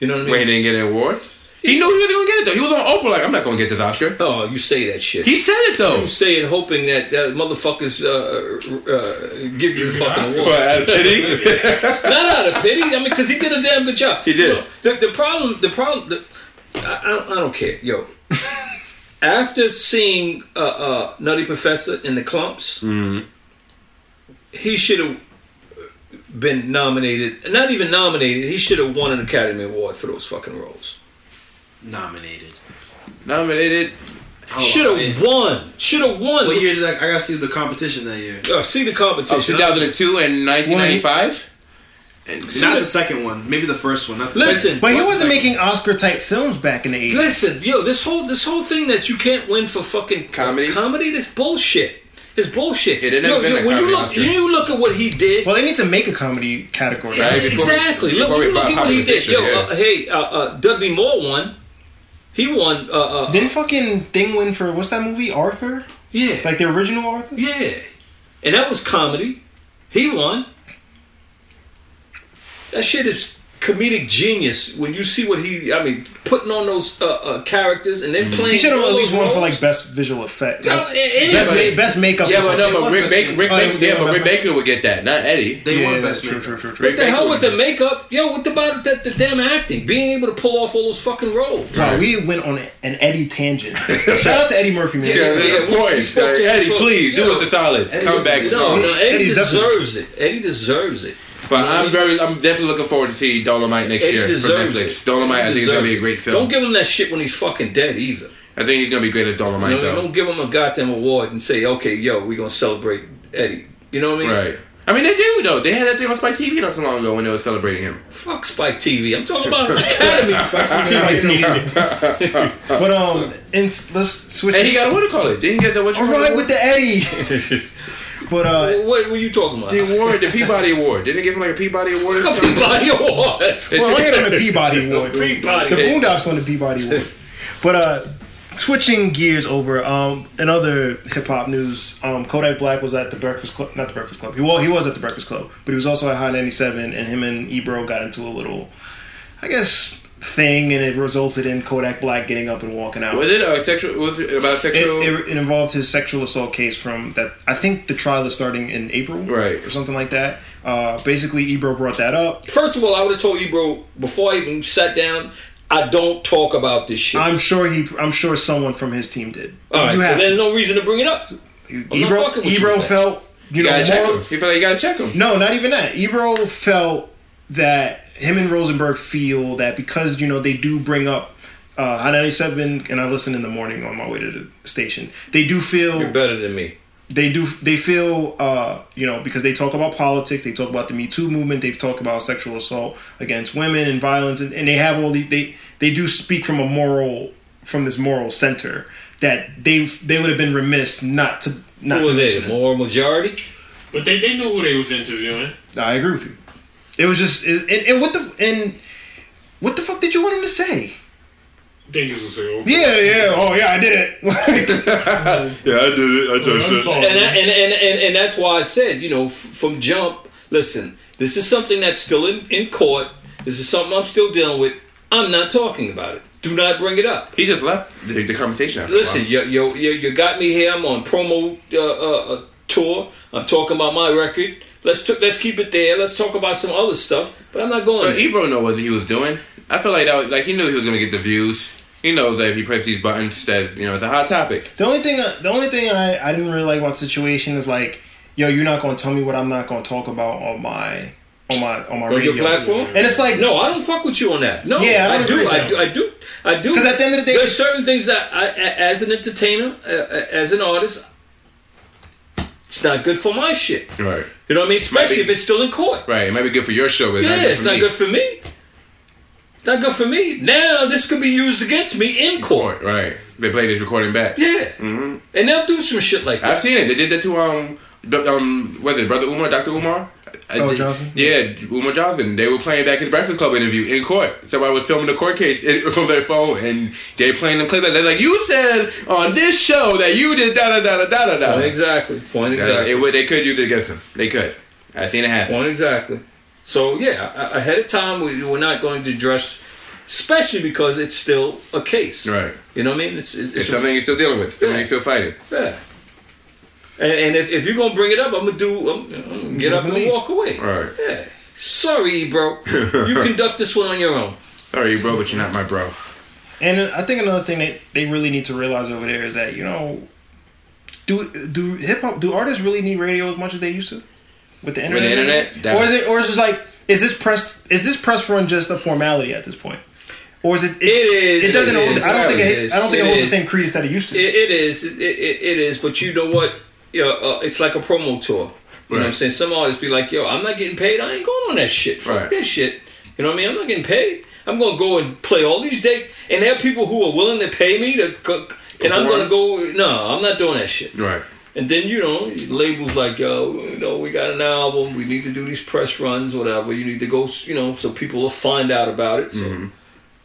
Speaker 4: You know what I mean?
Speaker 3: when he didn't get an award, he knew he wasn't gonna get it though. He was on Oprah like, I'm not gonna get this Oscar.
Speaker 4: Oh, you say that shit.
Speaker 3: He said it though.
Speaker 4: you say it hoping that, that motherfuckers uh, uh, give you the fucking award.
Speaker 3: out of [LAUGHS] pity?
Speaker 4: Not out of pity. I mean, because he did a damn good job.
Speaker 3: He did.
Speaker 4: Look, the, the problem, the problem, the, I, I, don't, I don't care, yo. After seeing uh, uh, Nutty Professor in the clumps,
Speaker 3: Mm-hmm.
Speaker 4: he should have been nominated. Not even nominated. He should have won an Academy Award for those fucking roles.
Speaker 5: Nominated.
Speaker 3: Nominated.
Speaker 5: Oh,
Speaker 4: Should have
Speaker 5: won.
Speaker 4: won. Should have won.
Speaker 5: What year did I? I gotta see the competition that year.
Speaker 4: Uh, see the
Speaker 3: Oh,
Speaker 4: competition.
Speaker 3: 2002 and 1995. And
Speaker 5: Not the second one. Maybe the first one. Not the
Speaker 4: Listen,
Speaker 2: But he
Speaker 4: What's
Speaker 2: wasn't
Speaker 4: that?
Speaker 2: making Oscar type films back in the eighties.
Speaker 4: Listen, yo, this whole this whole thing that you can't win for fucking
Speaker 3: Comedy?
Speaker 4: comedy, this bullshit. It's bullshit.
Speaker 3: Yeah, they never
Speaker 4: yo,
Speaker 3: been
Speaker 4: yo,
Speaker 3: that
Speaker 4: when you
Speaker 3: comedy
Speaker 4: look,
Speaker 3: Oscar.
Speaker 4: when you look at what he did.
Speaker 2: Well, they need to make a comedy category.
Speaker 3: Right. before we-
Speaker 4: exactly. Look,
Speaker 3: before
Speaker 4: when
Speaker 3: we
Speaker 4: you look at
Speaker 3: pop
Speaker 4: what he
Speaker 3: out the
Speaker 4: did.
Speaker 3: picture,
Speaker 4: Yo,
Speaker 3: yeah.
Speaker 4: uh, hey, uh, uh, Dudley Moore won. He won. Uh, uh,
Speaker 2: Didn't fucking thing win for what's that movie Arthur?
Speaker 4: yeah,
Speaker 2: Like the original Arthur?
Speaker 4: yeah, and that was comedy. He won. That shit is comedic genius. When you see what he, I mean, putting on those uh, uh, characters and then playing.
Speaker 2: He should have
Speaker 4: all
Speaker 2: at least
Speaker 4: those
Speaker 2: won for
Speaker 4: roles.
Speaker 2: like best visual effect.
Speaker 4: Tell-
Speaker 2: Like,
Speaker 4: a- anybody.
Speaker 2: best, ma- best makeup.
Speaker 3: yeah,
Speaker 2: or
Speaker 3: but
Speaker 2: something.
Speaker 3: no, but Rick Baker, Rick,
Speaker 2: Oh,
Speaker 3: Baker,
Speaker 2: yeah,
Speaker 3: yeah, but Rick
Speaker 2: that's-
Speaker 3: Baker would get that, not Eddie.
Speaker 5: They
Speaker 2: yeah,
Speaker 5: won
Speaker 2: that's
Speaker 5: best
Speaker 2: true,
Speaker 5: makeup.
Speaker 2: true, true, true.
Speaker 3: Rick
Speaker 4: What the
Speaker 3: Baker
Speaker 4: hell with
Speaker 3: would
Speaker 4: the
Speaker 3: get
Speaker 4: makeup? Yo, what about the, the damn acting? Being able to pull off all those fucking roles.
Speaker 2: Wow, we went on an Eddie tangent. Shout out to Eddie Murphy, man.
Speaker 4: Yeah,
Speaker 3: Yeah,
Speaker 4: yeah, yeah,
Speaker 3: it's
Speaker 4: we- we
Speaker 3: important.
Speaker 4: spoke to
Speaker 3: Eddie,
Speaker 4: him.
Speaker 3: please do
Speaker 4: Yeah.
Speaker 3: us a solid. Come
Speaker 5: was-
Speaker 3: back.
Speaker 4: No,
Speaker 3: strong.
Speaker 4: no, Eddie
Speaker 2: Eddie's
Speaker 4: deserves it. Eddie deserves it.
Speaker 3: But I'm very, I'm definitely looking forward to see Dolomite next
Speaker 4: Eddie
Speaker 3: year for
Speaker 4: deserves
Speaker 3: Netflix.
Speaker 4: it.
Speaker 3: Dolomite,
Speaker 4: He
Speaker 3: I think it's gonna
Speaker 4: deserves
Speaker 3: be a
Speaker 4: it.
Speaker 3: great film.
Speaker 4: Don't give him that shit when he's fucking dead either.
Speaker 3: I think he's gonna be great at Dolomite
Speaker 4: You know,
Speaker 3: though.
Speaker 4: don't give him a goddamn award and say, okay, yo, we're gonna celebrate Eddie. You know what I mean?
Speaker 3: Right. I mean, they do though. They had that thing on Spike TV not so long ago when they were celebrating him.
Speaker 4: Fuck Spike TV. I'm talking about an Academy.
Speaker 3: [LAUGHS]
Speaker 2: But um, and s- let's switch.
Speaker 3: And he got a what do you call it? Didn't he get the what? you
Speaker 2: All
Speaker 3: call
Speaker 2: right
Speaker 3: it?
Speaker 2: with the
Speaker 3: [LAUGHS]
Speaker 2: Eddie. but uh,
Speaker 4: what were you talking about?
Speaker 3: The award, the Peabody Award. Didn't they give him like a Peabody
Speaker 4: [LAUGHS]
Speaker 3: Award? or something?
Speaker 4: Peabody Award.
Speaker 3: [LAUGHS]
Speaker 2: well, I had on the Peabody Award.
Speaker 4: Peabody.
Speaker 2: The Boondocks won the Peabody Award. But uh, switching gears over. Um, in other hip hop news, um, Kodak Black was at the Breakfast Club. Not the Breakfast Club. He well, he was at the Breakfast Club, but he was also at High ninety seven, and him and Ebro got into a little, I guess, thing, and it resulted in Kodak Black getting up and walking out.
Speaker 3: Was it a sexual? Was it about
Speaker 2: It,
Speaker 3: sexual?
Speaker 2: it, it involved his sexual assault case from that. I think the trial is starting in April,
Speaker 3: Right.
Speaker 2: or something like that. Uh, basically, Ebro brought that up.
Speaker 4: First of all, I would have told you, bro, before I even sat down, I don't talk about this shit.
Speaker 2: I'm sure he. I'm sure someone from his team did.
Speaker 4: all right,
Speaker 2: You
Speaker 4: so
Speaker 2: have to.
Speaker 4: there's no reason to bring it up. I'm not
Speaker 2: Ebro,
Speaker 4: fucking with you
Speaker 2: Ebro
Speaker 4: with that.
Speaker 2: felt you
Speaker 3: you
Speaker 2: know
Speaker 3: gotta check
Speaker 2: moral-
Speaker 3: him. He felt like you gotta check him.
Speaker 2: No, not even that. Ebro felt that him and Rosenberg feel that because you know they do bring up uh, High 97, and I listen in the morning on my way to the station. They do
Speaker 4: You're
Speaker 2: feel
Speaker 4: better than me.
Speaker 2: they do they feel uh, you know because they talk about politics, they talk about the Me Too movement, they've talked about sexual assault against women and violence, and, and they have all the they they do speak from a moral from this moral center that they they would have been remiss not to
Speaker 4: Who
Speaker 2: not
Speaker 4: are
Speaker 2: to
Speaker 4: they?
Speaker 2: mention.
Speaker 4: The
Speaker 2: it.
Speaker 4: moral majority?
Speaker 6: But they, they knew who they was interviewing.
Speaker 2: I agree with you. It was just and, and what the and what the fuck did you want him to say?
Speaker 6: They used to say, okay.
Speaker 2: Yeah, yeah, oh yeah, I did it. [LAUGHS] Like,
Speaker 3: [LAUGHS] Yeah, I did it. I
Speaker 6: I'm sorry.
Speaker 4: and, I, and, and, and, and that's why I said, you know, f- from jump, listen, this is something that's still in, in court. This is something I'm still dealing with. I'm not talking about it. Do not bring it up.
Speaker 3: [LAUGHS] He just left the, the conversation. After a
Speaker 4: Listen,
Speaker 3: while.
Speaker 4: you, you, you, you got me here. I'm on promo uh, uh, uh, tour. I'm talking about my record. Let's t- let's keep it there. Let's talk about some other stuff. But I'm not going.
Speaker 3: But
Speaker 4: there.
Speaker 3: Ebro know what he was doing. I feel like that was, like he knew he was gonna get the views. He knows that if he pressed these buttons, that you know it's a hot topic.
Speaker 2: the only thing the only thing I, I didn't really like about the situation is like, yo, you're not gonna tell me what I'm not gonna talk about on my on my on my
Speaker 4: On your
Speaker 2: radio.
Speaker 4: platform?
Speaker 2: And it's like
Speaker 4: No, I don't fuck with you on that. No,
Speaker 2: Yeah, I
Speaker 4: I,
Speaker 2: don't
Speaker 4: do,
Speaker 2: agree
Speaker 4: I
Speaker 2: with
Speaker 4: do, I do, I do.
Speaker 2: 'Cause at the end of the day-
Speaker 4: there's certain things that I, a- as an entertainer, uh, uh, as an artist, it's not good for my shit.
Speaker 3: Right.
Speaker 4: You know what I mean?
Speaker 3: Might
Speaker 4: Especially
Speaker 3: be-
Speaker 4: if it's still in court.
Speaker 3: Right. It might be good for your show, but it's
Speaker 4: Yeah,
Speaker 3: not good
Speaker 4: it's
Speaker 3: for
Speaker 4: not
Speaker 3: me.
Speaker 4: good for me. It's not good for me. Now this could be used against me in court.
Speaker 3: Right. They played his recording back. Mm-hmm.
Speaker 4: Yeah, and they'll do some shit like that.
Speaker 3: I've seen it. They did that to um, d- um, what is it, brother Umar, Doctor Umar. I-
Speaker 2: Oh,
Speaker 3: they-
Speaker 2: Johnson?
Speaker 3: Yeah, Umar Johnson. They were playing back his Breakfast Club interview in court. Somebody was filming the court case in- [LAUGHS] from their phone, and they playing them clips. They're like, "You said on this show that you did da da da da da da da."
Speaker 4: Exactly. Point
Speaker 3: It would. They could use it against him. They could. I've seen it happen.
Speaker 4: Point exactly. So yeah, a- ahead of time we we're not going to address, especially because it's still a case.
Speaker 3: Right.
Speaker 4: You know what I mean? It's it's,
Speaker 3: It's
Speaker 4: it's a,
Speaker 3: something you're still dealing with. Something
Speaker 4: Yeah.
Speaker 3: you're still fighting.
Speaker 4: yeah. And, and if, if you're gonna bring it up, I'm gonna do I'm, I'm gonna get up
Speaker 2: believe.
Speaker 4: and walk away.
Speaker 3: Right.
Speaker 4: Yeah. Sorry, bro.
Speaker 3: [LAUGHS]
Speaker 4: you conduct this one on your own.
Speaker 3: Sorry, bro, but you're not my bro.
Speaker 2: And I think another thing that they really need to realize over there is that you know, do do hip hop do artists really need radio as much as they used to with the internet?
Speaker 3: internet, that-
Speaker 2: or is it or is it like is this press is this press run just a formality at this point? Or is it? It,
Speaker 4: is,
Speaker 2: It doesn't.
Speaker 4: it
Speaker 2: hold,
Speaker 4: is,
Speaker 2: I don't think. It,
Speaker 4: it is,
Speaker 2: I don't think
Speaker 4: it
Speaker 2: it, holds
Speaker 4: is.
Speaker 2: the same credence that it used to.
Speaker 4: It, it is. It, it, it is. But you know what? Yeah, uh, it's like a promo tour. You know what I'm
Speaker 3: Right.
Speaker 4: saying? Some artists be like, "Yo, I'm not getting paid. I ain't going on that shit. Fuck
Speaker 3: Right.
Speaker 4: that shit." You know what I mean? I'm not getting paid. I'm gonna go and play all these dates, and there are people who are willing to pay me to cook, and I'm
Speaker 3: Perform.
Speaker 4: gonna go. No, I'm not doing that shit.
Speaker 3: Right.
Speaker 4: And then you know, labels like, "Yo, you know, we got an album. We need to do these press runs, whatever. You need to go, you know, so people will find out about it." So,
Speaker 2: Mm-hmm.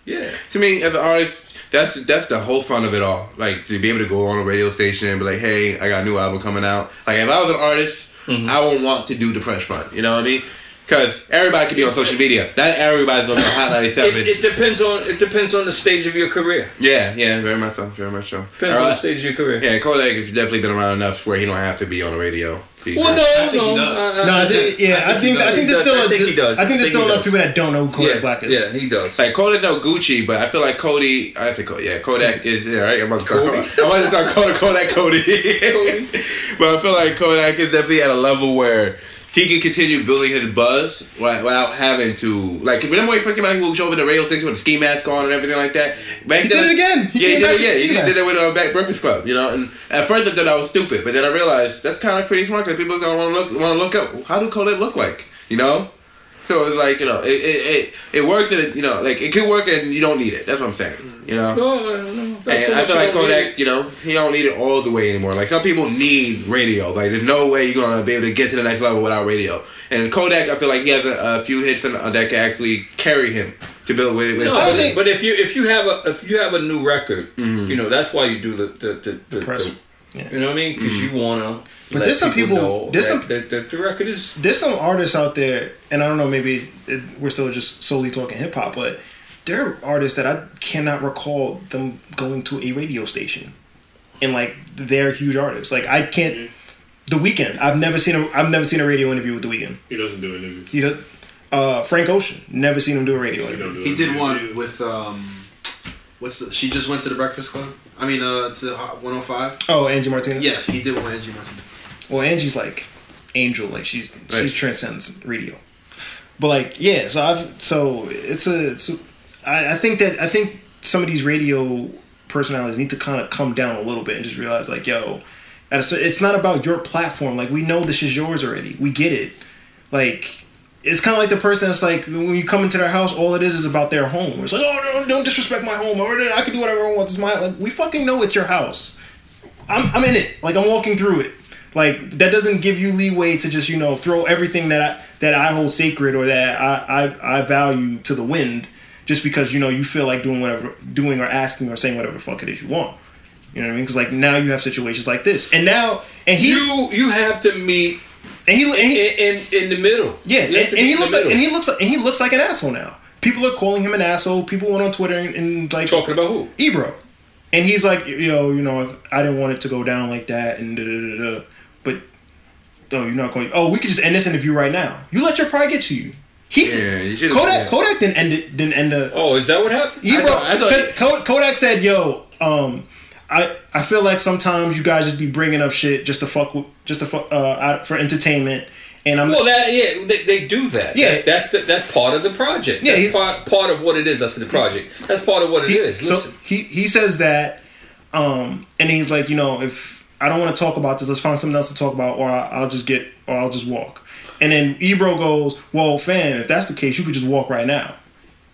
Speaker 4: yeah.
Speaker 3: to me as an artist that's that's the whole fun of it all like to be able to go on a radio station and be like hey i got a new album coming out like if i was an artist
Speaker 4: Mm-hmm.
Speaker 3: i wouldn't want to do the press run you know what i mean because everybody could be on social media not everybody's going to hot 97
Speaker 4: It, it depends on it depends on the stage of your career.
Speaker 3: yeah yeah very much so very much so
Speaker 4: Depends on the
Speaker 3: Alright.
Speaker 4: stage of your career.
Speaker 3: yeah kodak has definitely been around enough where he don't have to be on the radio
Speaker 4: Well, no,
Speaker 5: I think
Speaker 4: no.
Speaker 5: he does.
Speaker 4: I- I-
Speaker 2: no, I think, yeah, I think, I think there's
Speaker 4: does.
Speaker 2: still,
Speaker 4: I think he does.
Speaker 2: I think
Speaker 4: I
Speaker 2: there's
Speaker 4: think
Speaker 2: still
Speaker 4: he
Speaker 2: enough
Speaker 4: does.
Speaker 2: people that don't know who Kodak
Speaker 4: yeah,
Speaker 2: Black is.
Speaker 4: yeah, he does.
Speaker 3: like Kodak no Gucci, but I feel like Cody. I think Cody. Yeah,
Speaker 2: Hmm.
Speaker 3: Kodak is yeah, right. I'm about to call
Speaker 4: Cody.
Speaker 3: Kodak. [LAUGHS] I'm about to start calling Kodak Cody.
Speaker 4: Cody.
Speaker 3: [LAUGHS] but I feel like Kodak is definitely at a level where he can continue building his buzz wi- without having to like. Remember when he first came out, he was over the radio station with a ski mask on and everything like that. Back
Speaker 2: He did it again. He
Speaker 3: yeah,
Speaker 2: came
Speaker 3: he
Speaker 2: back
Speaker 3: did
Speaker 2: with ski
Speaker 3: it again. He
Speaker 2: mask.
Speaker 3: did it with uh, Back Breakfast Club. You know, and at first I thought I was stupid, but then I realized that's kind of pretty smart because people gonna want to look want to look up how do Kodak look like. You know. So it's like you know, it it, it, it works and it, you know, like it could work and you don't need it. That's what I'm saying. You know,
Speaker 4: no, no, no.
Speaker 3: and
Speaker 4: That's so
Speaker 3: I
Speaker 4: much
Speaker 3: feel like
Speaker 4: you don't
Speaker 3: Kodak,
Speaker 4: need.
Speaker 3: you know, he don't need it all the way anymore. Like some people need radio. Like there's no way you're gonna be able to get to the next level without radio. And Kodak, I feel like he has a, a few hits in, uh, that can actually carry him to build way. way
Speaker 4: No,
Speaker 2: I don't
Speaker 4: but,
Speaker 2: think-
Speaker 4: but if you if you have a if you have a new record, you know that's why you do the the the, the,
Speaker 2: Mm-hmm. press.
Speaker 4: the-
Speaker 2: Yeah. Mm-hmm.
Speaker 4: You know what I mean? Because you wanna.
Speaker 2: But
Speaker 4: let
Speaker 2: there's some people-
Speaker 4: know
Speaker 2: there's
Speaker 4: that,
Speaker 2: some-
Speaker 4: that, that the record is.
Speaker 2: there's some artists out there, and I don't know, maybe it, we're still just solely talking hip hop, but there are artists that I cannot recall them going to a radio station, and like they're huge artists. Like I can't. The Weekend. I've never seen a. I've never seen a radio interview with The Weekend.
Speaker 6: He doesn't do it. does he?
Speaker 2: You know, uh, Frank Ocean. Never seen him do a radio
Speaker 6: He
Speaker 2: interview.
Speaker 6: don't do
Speaker 5: He
Speaker 6: it.
Speaker 5: did one with um, what's the? She just went to the Breakfast Club. I mean, uh, to the Hot 105.
Speaker 2: Oh, Angie Martinez.
Speaker 5: Yeah, he did one with Angie Martinez.
Speaker 2: Well, Angie's like angel, like she's she
Speaker 3: Right.
Speaker 2: transcends radio. But like, yeah. So I've so it's a it's a, I, I think that I think some of these radio personalities need to kind of come down a little bit and just realize like, yo, at a, cer- it's not about your platform. Like we know this is yours already. We get it. Like. It's kind of like the person that's like when you come into their house, all it is is about their home. It's like, oh, no, don't disrespect my home, or I can do whatever I want. It's my like we fucking know it's your house. I'm, I'm in it. Like I'm walking through it. Like that doesn't give you leeway to just you know throw everything that I that I hold sacred or that I I, I value to the wind just because you know you feel like doing whatever doing or asking or saying whatever the fuck it is you want. You know what I mean? Because like now you have situations like this, and now and he's
Speaker 4: You you have to meet
Speaker 2: and he and
Speaker 4: in
Speaker 2: he,
Speaker 4: in, in the middle.
Speaker 2: yeah, and,
Speaker 4: You have to
Speaker 2: and
Speaker 4: meet
Speaker 2: he
Speaker 4: in
Speaker 2: looks
Speaker 4: the
Speaker 2: like and
Speaker 4: middle.
Speaker 2: he looks like and he looks like an asshole now. People are calling him an asshole. People went on Twitter and, and like
Speaker 4: talking about who?
Speaker 2: Ebro. And he's like, yo, you know, I didn't want it to go down like that, and da da da da. But oh, you're not going. Oh, we could just end this interview right now. You let your pride get to you. He
Speaker 3: Yeah, you should've-
Speaker 2: Kodak
Speaker 3: yeah.
Speaker 2: Kodak didn't end it. Didn't end the
Speaker 4: Oh, is that what happened?
Speaker 2: Ebro.
Speaker 3: thought- I thought-
Speaker 2: 'cause Ko- Kodak said, yo, um, I I feel like sometimes you guys just be bringing up shit just to fuck with, just to fuck uh out for entertainment. And I'm
Speaker 4: Well, that yeah, they, they do that.
Speaker 2: Yeah.
Speaker 4: that's that's, the, that's part of the project.
Speaker 2: Yeah,
Speaker 4: that's
Speaker 2: he-
Speaker 4: part part of what it is. That's the project. That's part of what it
Speaker 2: he,
Speaker 4: is. Listen,
Speaker 2: So he he says that, um, and he's like, you know, if I don't want to talk about this, let's find something else to talk about, or I, I'll just get, or I'll just walk. And then Ebro goes, well, fam, if that's the case, you could just walk right now.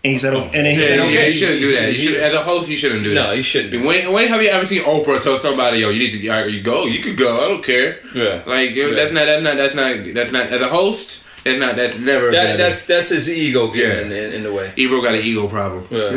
Speaker 2: And he said, oh, and then he
Speaker 3: Yeah,
Speaker 2: said,
Speaker 3: yeah,
Speaker 2: okay.
Speaker 3: you shouldn't do that. You should, as a host, you shouldn't do that.
Speaker 4: no, you shouldn't do.
Speaker 3: When, when have you ever seen Oprah tell somebody, "Yo, you need to all right, you go. You could go. I don't care."
Speaker 4: Yeah.
Speaker 3: Like yo,
Speaker 4: Yeah.
Speaker 3: that's not that's not that's not that's not as a host. That's not that's never.
Speaker 4: That, that's that's his ego getting
Speaker 3: Yeah.
Speaker 4: in, in the
Speaker 3: [LAUGHS]
Speaker 4: way.
Speaker 3: Ebro got an ego problem. [LAUGHS]
Speaker 4: Yeah.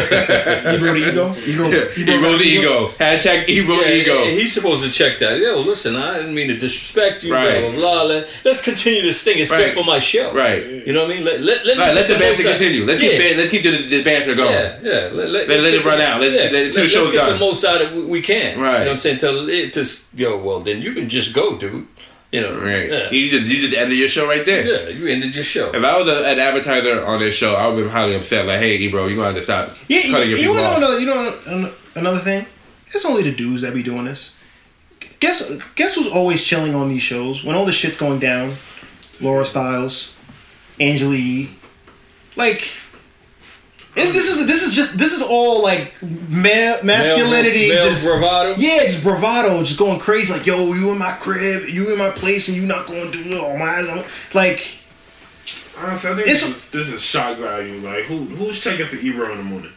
Speaker 2: Ebro the ego, Ebro,
Speaker 3: Ebro's ego. Hashtag Ebro
Speaker 4: Yeah, and
Speaker 3: ego.
Speaker 4: He's supposed to check that. Yo, listen, I didn't mean to disrespect you.
Speaker 3: Right.
Speaker 4: Blah, blah, blah. Let- Let's continue this thing. It's
Speaker 3: Right.
Speaker 4: good for my show.
Speaker 3: Right.
Speaker 4: You know what I mean? Let let let,
Speaker 3: Right, let the
Speaker 4: both
Speaker 3: banter
Speaker 4: sides-
Speaker 3: continue. Let's
Speaker 4: yeah.
Speaker 3: keep ban- let's keep the, the banter going.
Speaker 4: Yeah, yeah. Let, let,
Speaker 3: let it
Speaker 4: get
Speaker 3: run
Speaker 4: the-
Speaker 3: out. Let's- let- until the
Speaker 4: let's
Speaker 3: show's
Speaker 4: get
Speaker 3: done.
Speaker 4: the most out of we, we can. You know
Speaker 3: Right.
Speaker 4: what I'm saying? Till it just yo. Well, then you can just go, dude. You know.
Speaker 3: Right.
Speaker 4: Yeah.
Speaker 3: You just you just ended your show right there.
Speaker 4: yeah. You ended your show.
Speaker 3: If I was a, an advertiser on this show, I would be highly upset. Like, hey, Ebro, you gonna have to stop
Speaker 2: Yeah, you,
Speaker 3: cutting your
Speaker 2: you
Speaker 3: people
Speaker 2: want
Speaker 3: off.
Speaker 2: to know? You know an- another thing? It's only the dudes that be doing this. Guess guess who's always chilling on these shows when all the shit's going down? Laura Styles, Angela Yee. Like, it's, this is this is just this is all like ma- masculinity.
Speaker 4: male
Speaker 2: just
Speaker 4: bravado?
Speaker 2: Yeah, just bravado, just going crazy. Like, yo, you in my crib, you in my place, and you not going to do it on my like.
Speaker 6: Honestly, I think
Speaker 2: It's-
Speaker 6: this is, this is shock value. Like, who who's checking for Ebro in the morning?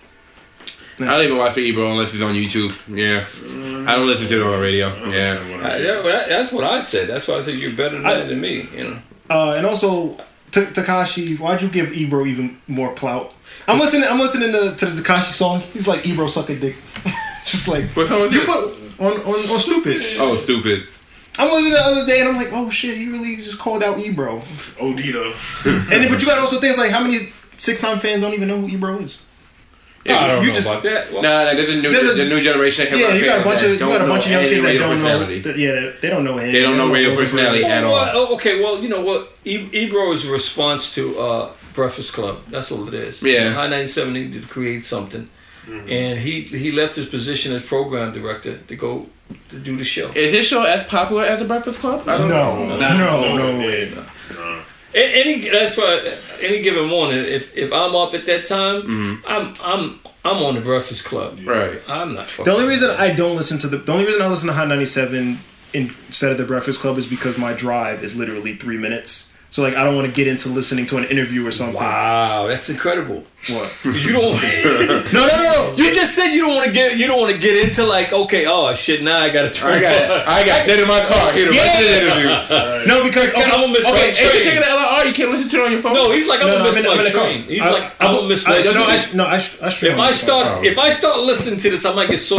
Speaker 3: I don't even watch the Ebro unless it's on YouTube. Yeah, I don't listen to it on radio.
Speaker 6: I don't
Speaker 3: Yeah,
Speaker 6: understand what
Speaker 4: I-
Speaker 6: I'm-
Speaker 4: that- that- that's what I said. That's why I said you're better than,
Speaker 2: I-
Speaker 4: than me. You know.
Speaker 2: Uh, and also, Ta- Takashi, why'd you give Ebro even more clout? I'm listening. I'm listening to, to the Takashi song. He's like Ebro suck a dick, [LAUGHS] just like
Speaker 3: What song is
Speaker 2: you
Speaker 3: this?
Speaker 2: put on, on on stupid.
Speaker 3: Oh, stupid.
Speaker 2: I'm listening the other day and I'm like, oh shit, he really just called out Ebro. [LAUGHS]
Speaker 6: Odita.
Speaker 2: And then, but you got also things like how many six time fans don't even know who Ebro is.
Speaker 4: I don't
Speaker 2: you
Speaker 4: know
Speaker 2: just-
Speaker 4: about that. Well,
Speaker 3: Nah, nah, there's a new,
Speaker 2: There's a-
Speaker 3: the new generation. Of
Speaker 2: Yeah,
Speaker 3: hip-hop
Speaker 2: you got a
Speaker 3: fans
Speaker 2: bunch of
Speaker 3: that
Speaker 2: you
Speaker 3: don't
Speaker 2: got a bunch of
Speaker 3: know
Speaker 2: young
Speaker 3: any
Speaker 2: kids that
Speaker 3: radio
Speaker 2: don't know.
Speaker 3: personality.
Speaker 2: that- Yeah, they- they don't know him.
Speaker 3: They don't know radio
Speaker 2: his
Speaker 3: personality at all.
Speaker 4: well, oh, okay, well, you know what? E- Ebro is a response to uh, Breakfast Club. That's all it is.
Speaker 3: Yeah.
Speaker 4: High 97 needed to create something. And he, he left his position as program director to go to do the show.
Speaker 3: Is his show as popular as the Breakfast Club? I
Speaker 2: No,
Speaker 3: don't know.
Speaker 2: no, no, way.
Speaker 6: yeah.
Speaker 4: A- Any that's why any given morning, if if I'm up at that time,
Speaker 3: Mm-hmm.
Speaker 4: I'm I'm I'm on the Breakfast Club.
Speaker 3: Right.
Speaker 4: I'm not. Fucking
Speaker 2: The only reason I don't listen to the the only reason I listen to Hot 97 instead of the Breakfast Club is because my drive is literally three minutes. So like I don't want to get into listening to an interview or something.
Speaker 4: Wow, that's incredible.
Speaker 2: What?
Speaker 4: You
Speaker 3: [LAUGHS]
Speaker 4: don't. [LAUGHS]
Speaker 2: No, no, no.
Speaker 4: you just said you don't want to get. You don't want to get into like okay. Oh shit! Now I got to turn.
Speaker 7: I got I got that in my car. Hit him. I did an interview.
Speaker 2: No, no because okay,
Speaker 4: I'm gonna miss
Speaker 2: okay,
Speaker 4: my train.
Speaker 5: LR, you can't listen to it on your phone.
Speaker 4: no, he's like I'm
Speaker 2: No,
Speaker 4: gonna
Speaker 2: no,
Speaker 4: miss
Speaker 2: I'm in- I'm
Speaker 4: my
Speaker 2: in the car.
Speaker 4: train. He's
Speaker 2: I-
Speaker 4: like I'm gonna miss my.
Speaker 2: I, no, I,
Speaker 4: train.
Speaker 2: no, I, sh- I stream
Speaker 4: if
Speaker 2: on
Speaker 4: I
Speaker 2: my phone.
Speaker 4: start, if I start listening to this, I might get so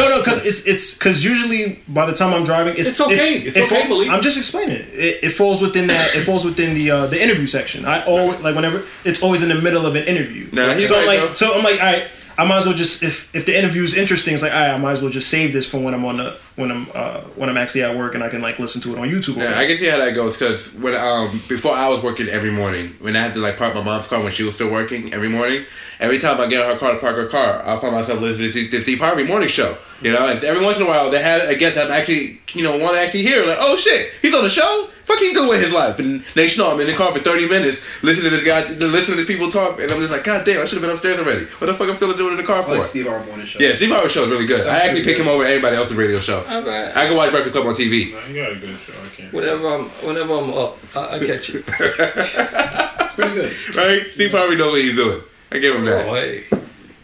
Speaker 2: Oh. No, no, because it's it's because usually by the time I'm driving, it's,
Speaker 4: It's okay.
Speaker 2: it-
Speaker 4: It's
Speaker 2: it
Speaker 4: okay, Malik.
Speaker 2: I'm just explaining it. it. It falls within that. It falls within the uh, the interview section. I always like whenever it's always in the middle of an interview.
Speaker 3: Nah, he's
Speaker 2: so I'm
Speaker 3: right,
Speaker 2: like, so I'm like, all right, I might as well just if if the interview is interesting, it's like, all right, I might as well just save this for when I'm on the when I'm uh, when I'm actually at work and I can like listen to it on YouTube. or
Speaker 3: Yeah,
Speaker 2: whatever.
Speaker 3: I can see how that goes because when um before I was working every morning when I had to like park my mom's car when she was still working every morning. Every time I get in her car to park her car, I find myself listening to this Steve Harvey morning show. You know, and every once in a while they have I guess I'm actually you know want to actually hear like oh shit he's on the show fucking good with his life and next you know I'm in the car for thirty minutes listening to this guy listening to these people talk and I'm just like god damn I should have been upstairs already what the fuck I'm still doing in the car for
Speaker 5: like Steve Harvey Morning Show.
Speaker 3: yeah Steve Harvey show is really good I actually pick him over anybody else's radio show
Speaker 4: Alright.
Speaker 3: I can watch Breakfast Club on TV
Speaker 6: Nah, you got a good show. I can't.
Speaker 4: ah, Whenever I'm, whenever I'm up, I, I catch
Speaker 2: [LAUGHS]
Speaker 4: you.
Speaker 5: it's pretty good.
Speaker 3: right? Steve Harvey knows what he's doing. I give him
Speaker 4: Oh,
Speaker 3: that.
Speaker 4: hey.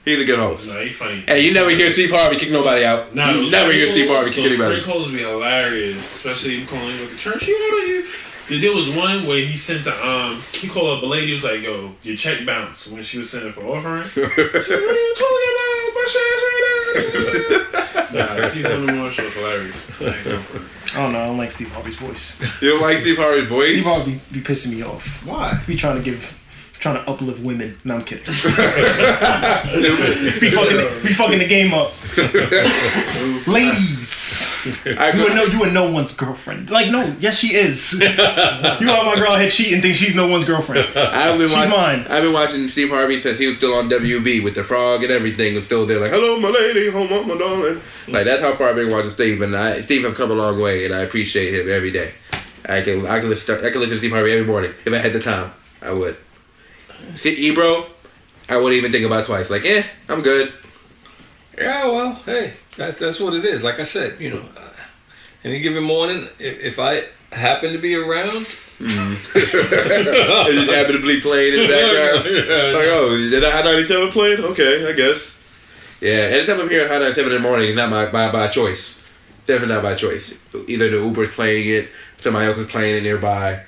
Speaker 3: He's a good host.
Speaker 6: Nah, you funny.
Speaker 3: Hey, you never hear Steve Harvey kick nobody out.
Speaker 6: Nah,
Speaker 3: you
Speaker 6: those
Speaker 3: never hear Steve Harvey
Speaker 6: sprinkles-
Speaker 3: kick
Speaker 6: those
Speaker 3: anybody.
Speaker 6: Sprinkles be hilarious, especially you calling with the church. You order you. There- There was one where he sent the um, he called up a lady. He was like, "Yo, your check bounced when she was sending for
Speaker 3: [LAUGHS]
Speaker 6: offering." She's like, what are you talking about? My shit's right now. nah, Steve Harvey Morning Show is hilarious. I ain't gonna front.
Speaker 2: I don't know. I don't like Steve Harvey's
Speaker 3: [LAUGHS]
Speaker 2: voice.
Speaker 3: You don't like Steve Harvey's voice?
Speaker 2: Steve Harvey be, be pissing me off.
Speaker 5: Why?
Speaker 2: He be trying to give. Trying to uplift women. No, I'm
Speaker 6: [LAUGHS]
Speaker 2: kidding.
Speaker 3: Stupid.
Speaker 2: Be fucking, be fucking the game
Speaker 6: [LAUGHS]
Speaker 2: up. Ladies.
Speaker 3: I
Speaker 2: You would
Speaker 3: go,
Speaker 2: know you are no one's girlfriend. Like, no, yes, she is. you out my girl head cheating, think she's no one's girlfriend.
Speaker 3: I've been
Speaker 2: She's
Speaker 3: watching,
Speaker 2: mine.
Speaker 3: I've been watching Steve Harvey since he was still on WB with the frog and everything was still there. Like, hello, my lady, home up, my darling. Like that's how far I've been watching Steve, and I Steve have come a long way, and I appreciate him every day. I can I can listen I can listen to Steve Harvey every morning if I had the time. I would. See, Ebro, I wouldn't even think about it twice. Like, eh, I'm good. [LAUGHS]
Speaker 4: Yeah, well, hey, that's that's what it is. Like I said, you know, uh, any given morning, if, if I happen to be around,
Speaker 3: It just happened to be playing in
Speaker 6: [LAUGHS]
Speaker 3: the background. Like, oh, is that Hot 97 playing? Okay, I guess. Yeah, anytime I'm here at Hot 97 in the morning, it's not my, by, by choice. Definitely not by choice. Either the Uber's playing it, somebody else is playing it nearby.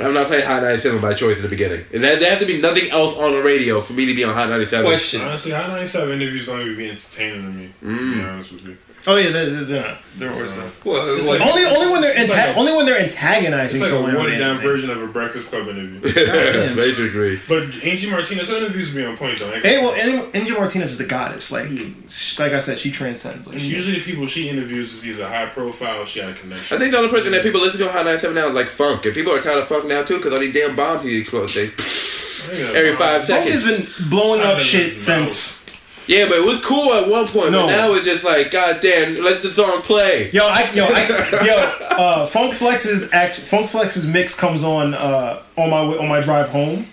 Speaker 3: I'm not playing Hot 97 by choice at the beginning. And there there has to be nothing else on the radio for me to be on Hot 97. [LAUGHS]
Speaker 4: question.
Speaker 6: Honestly, Hot 97 interviews don't even be entertaining to me. To
Speaker 3: Mm.
Speaker 6: be honest with you.
Speaker 2: Oh yeah, they're, they're, they're not. They're always not.
Speaker 4: Well, it was like,
Speaker 2: Only, only when they're anta-
Speaker 6: like a-
Speaker 2: only when they're antagonizing
Speaker 6: It's like
Speaker 2: someone.
Speaker 6: a
Speaker 2: are
Speaker 6: watered
Speaker 2: they
Speaker 6: down
Speaker 2: entertaining.
Speaker 6: version of a Breakfast Club interview.
Speaker 2: [LAUGHS] Goddamn.
Speaker 3: Basically.
Speaker 6: but Angie Martinez her interviews be on point though. Like,
Speaker 2: Hey, well, Angie- Angie Martinez is the goddess. Like, sh like I said, she transcends. Like,
Speaker 6: Hmm. and
Speaker 2: she,
Speaker 6: usually the people she interviews is either high profile or she had a connection.
Speaker 3: I think the only person that people listen to on Hot 97 now is like funk. And people are tired of funk now too because all these damn bombs he explodes they- every five
Speaker 2: Funk
Speaker 3: seconds.
Speaker 2: has been blowing
Speaker 6: I've
Speaker 2: up
Speaker 6: been
Speaker 2: shit
Speaker 6: losing my
Speaker 2: since.
Speaker 3: Yeah, but it was cool at one point,
Speaker 2: No.
Speaker 3: but now it's just like, God damn, let the song play.
Speaker 2: Yo, I yo, I, yo, uh, Funk Flex's act, Funk Flex's mix comes on uh, on my way- on my drive home.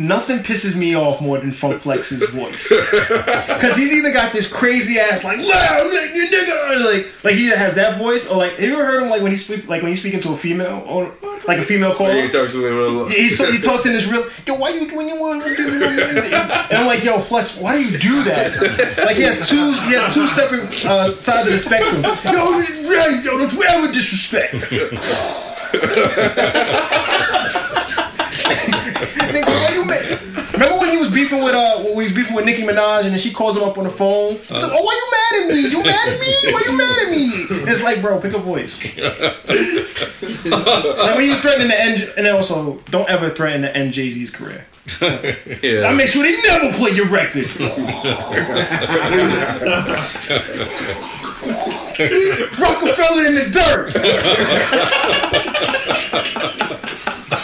Speaker 2: Nothing pisses me off more than Funk Flex's voice, because he's either got this crazy ass like loud like, you nigga like like he either has that voice or like have you ever heard him like when he speak like when he's speaking to a female or like a female caller.
Speaker 3: He talks to me real-
Speaker 2: Yeah, He's, he talks in this real. Yo, why you doing your one? And I'm like, yo, Flex, why do you do that? Like he has two, he has two separate uh, sides of the spectrum. Yo, this is real, yo, don't you ever disrespect. [LAUGHS] Nigga, why you mad? Remember when he was beefing with uh, when we was beefing with Nicki Minaj, and then she calls him up on the phone. He's like, oh, why you mad at me? You mad at me? Why you mad at me? It's like, bro, pick a voice. [LAUGHS] Like when he was threatening to end, and also don't ever threaten to end Jay Z's career.
Speaker 3: Yeah.
Speaker 2: I make sure they never play your record. Rockefeller in the dirt.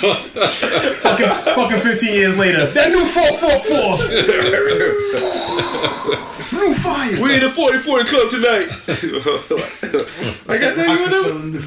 Speaker 2: fucking, fucking 15 years later, that new 444. new fire.
Speaker 3: we in the 40 40 club tonight. I got that with him.
Speaker 5: in the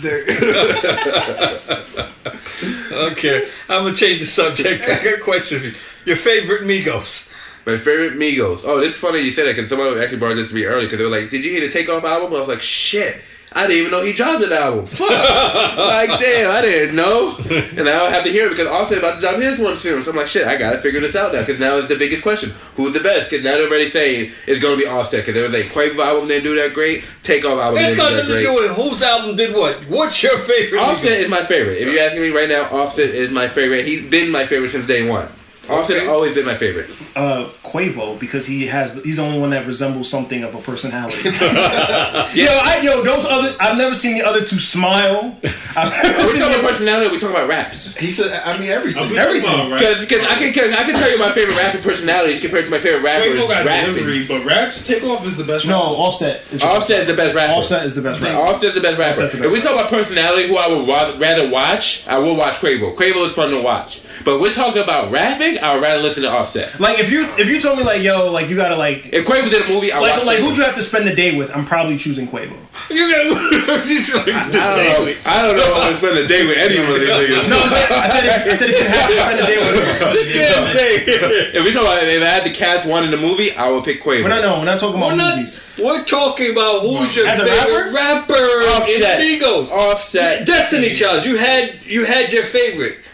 Speaker 5: dirt.
Speaker 4: okay, I'm gonna change the subject. I got a question for you. Your favorite Migos?
Speaker 3: My favorite Migos. Oh, this is funny you said that because someone actually brought this to me earlier because they were like, Did you hear the Takeoff album? I was like, Shit. I didn't even know he dropped an album.
Speaker 4: [LAUGHS]
Speaker 3: Fuck. like, damn, I didn't know. And now I have to hear it because Offset about to drop his one soon. So I'm like, shit, I gotta figure this out now because now it's the biggest question. Who's the best? Because now they're already saying it's gonna be Offset because there was a Quavo album didn't do that great, Takeoff album
Speaker 4: It's
Speaker 3: didn't
Speaker 4: got
Speaker 3: do that
Speaker 4: nothing to
Speaker 3: great.
Speaker 4: do with whose album did what. What's your favorite?
Speaker 3: Offset is my favorite. If you're asking me right now, Offset is my favorite. He's been my favorite since day one. Offset
Speaker 4: Okay.
Speaker 3: always been my favorite.
Speaker 2: uh, Quavo because he has he's the only one that resembles something of a
Speaker 3: [LAUGHS]
Speaker 2: personality. Yo, I yo those other I've never seen the other two smile. I've never
Speaker 3: [LAUGHS] Are we
Speaker 2: seen
Speaker 3: talking about
Speaker 2: the,
Speaker 3: personality or are we talking about raps?
Speaker 5: He said, I mean, everything.
Speaker 6: If we
Speaker 2: Everything.
Speaker 6: talking about rap,
Speaker 3: Because I can 'cause I can tell you my favorite rapper personalities compared to my favorite rappers.
Speaker 7: Quavo got
Speaker 3: Rapping.
Speaker 7: delivery, but raps takeoff is the best.
Speaker 2: no
Speaker 7: rapper.
Speaker 2: Offset. Is
Speaker 3: Offset is the best rapper.
Speaker 2: Offset is the best rapper.
Speaker 3: Offset's the best rapper.
Speaker 2: Offset's the best
Speaker 3: if we talk about personality, who I would wa- rather watch, I will watch Quavo. Quavo is fun to watch. But we're talking about rapping, I would rather listen to Offset.
Speaker 2: Like if you if you told me like yo like you gotta like
Speaker 3: If Quavo did a movie, I would
Speaker 2: like
Speaker 3: watch
Speaker 2: like who
Speaker 3: Quavo.
Speaker 2: do you have to spend the day with? I'm probably choosing Quavo.
Speaker 4: You got she's like
Speaker 3: [LAUGHS]
Speaker 4: the
Speaker 3: I don't know.
Speaker 4: Davis.
Speaker 3: I don't know.
Speaker 2: [LAUGHS]
Speaker 3: I'm gonna spend a day with any one of these niggas.
Speaker 2: No,
Speaker 3: [LAUGHS]
Speaker 2: I'm saying, I said if, I said if you have to spend the day with.
Speaker 4: The damn thing.
Speaker 3: If we talk about if I had to cast one in the movie, I would pick Quavo.
Speaker 2: We're not no we're not talking about
Speaker 4: We're not.
Speaker 2: movies.
Speaker 4: We're talking about who's your
Speaker 2: As a
Speaker 4: favorite rapper. in
Speaker 3: Offset.
Speaker 4: Amigos.
Speaker 3: Offset.
Speaker 4: Destiny Child. You had you had your favorite.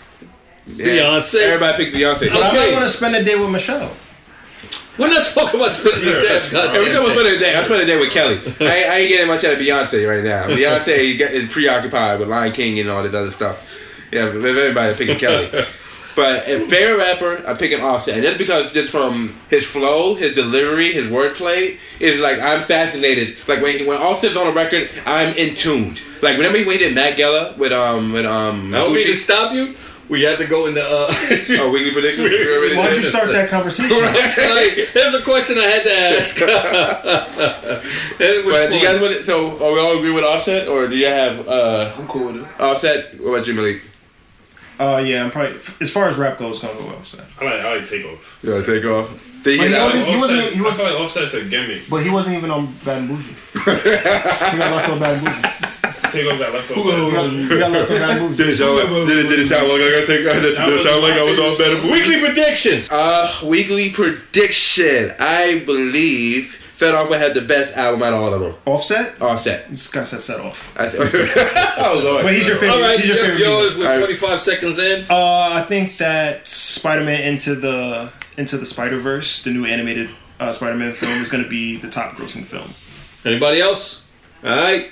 Speaker 3: Yeah.
Speaker 4: Beyonce.
Speaker 3: Everybody pick Beyonce.
Speaker 2: But I
Speaker 4: Okay.
Speaker 2: might want to spend a day with Michelle.
Speaker 4: We're not talking about spending your dad's goddamn
Speaker 3: Every time I
Speaker 4: thing.
Speaker 3: spend a day, I spend a day with Kelly. I, ain't- I ain't getting much out of Beyonce
Speaker 2: [LAUGHS]
Speaker 3: right now. Beyonce got- is preoccupied with Lion King and all this other stuff. Yeah, if everybody
Speaker 2: [LAUGHS]
Speaker 3: picking Kelly. But a fair rapper, I'm picking Offset, and that's because just from his flow, his delivery, his wordplay is like I'm fascinated. Like when when Offset's on a record, I'm in tuned. Like whenever he did Matt Gala with um with um
Speaker 4: I don't mean to
Speaker 3: Gucci,
Speaker 4: stop you. We have to go into. Uh, [LAUGHS]
Speaker 3: oh weekly prediction. You
Speaker 2: [LAUGHS]
Speaker 3: already
Speaker 2: Why'd you
Speaker 3: did.
Speaker 2: start that
Speaker 3: [LAUGHS]
Speaker 2: conversation?
Speaker 4: sorry, there's a question I had to ask. [LAUGHS] And it was
Speaker 3: But do you guys
Speaker 4: fun.
Speaker 3: want it, so are we all agree with Offset, or do you have uh
Speaker 5: I'm cool with it.
Speaker 3: Offset? What about you, Malik?
Speaker 2: Uh, yeah, I'm probably as far as rap goes, it's gonna go Offset.
Speaker 6: I like I like Takeoff.
Speaker 3: You gotta take off. Did you
Speaker 2: He
Speaker 6: I
Speaker 3: get
Speaker 6: like
Speaker 2: wasn't-
Speaker 3: out?
Speaker 2: he wasn't-
Speaker 6: Offset-
Speaker 2: he
Speaker 6: I
Speaker 2: was-
Speaker 6: feel like Offset's a gimmick.
Speaker 2: But he wasn't even on Bad and Bougie. [LAUGHS] he got left on Bad and Bougie.
Speaker 6: Takeoff got left over.
Speaker 2: He got, he got left on Bad and
Speaker 3: Did
Speaker 2: Bougie.
Speaker 3: it sound, did it, did it sound like I got take? [LAUGHS] Did it sound like I was on better?
Speaker 4: Weekly predictions.
Speaker 3: Uh, weekly prediction. I believe Fed Off would have the best album out of all of them.
Speaker 2: Offset?
Speaker 3: Offset.
Speaker 2: This guy said set off.
Speaker 3: [LAUGHS] I th- oh
Speaker 2: But
Speaker 3: lord.
Speaker 2: he's your favorite.
Speaker 4: All right,
Speaker 2: he's your favorite. people.
Speaker 4: yours with
Speaker 3: All right.
Speaker 4: 45 seconds in.
Speaker 2: Uh, I think that Spider-Man into the into the Spider-Verse, the new animated uh, Spider-Man film, is gonna be the top grossing film.
Speaker 4: Anybody else? All right.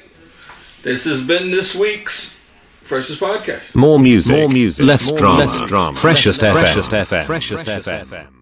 Speaker 4: This has been this week's Freshest Podcast.
Speaker 1: More music. More music. Less,
Speaker 8: More
Speaker 1: drama.
Speaker 8: music. Less drama.
Speaker 1: Freshest
Speaker 8: Less-
Speaker 1: FM.
Speaker 8: Freshest FM.
Speaker 1: Freshest FM.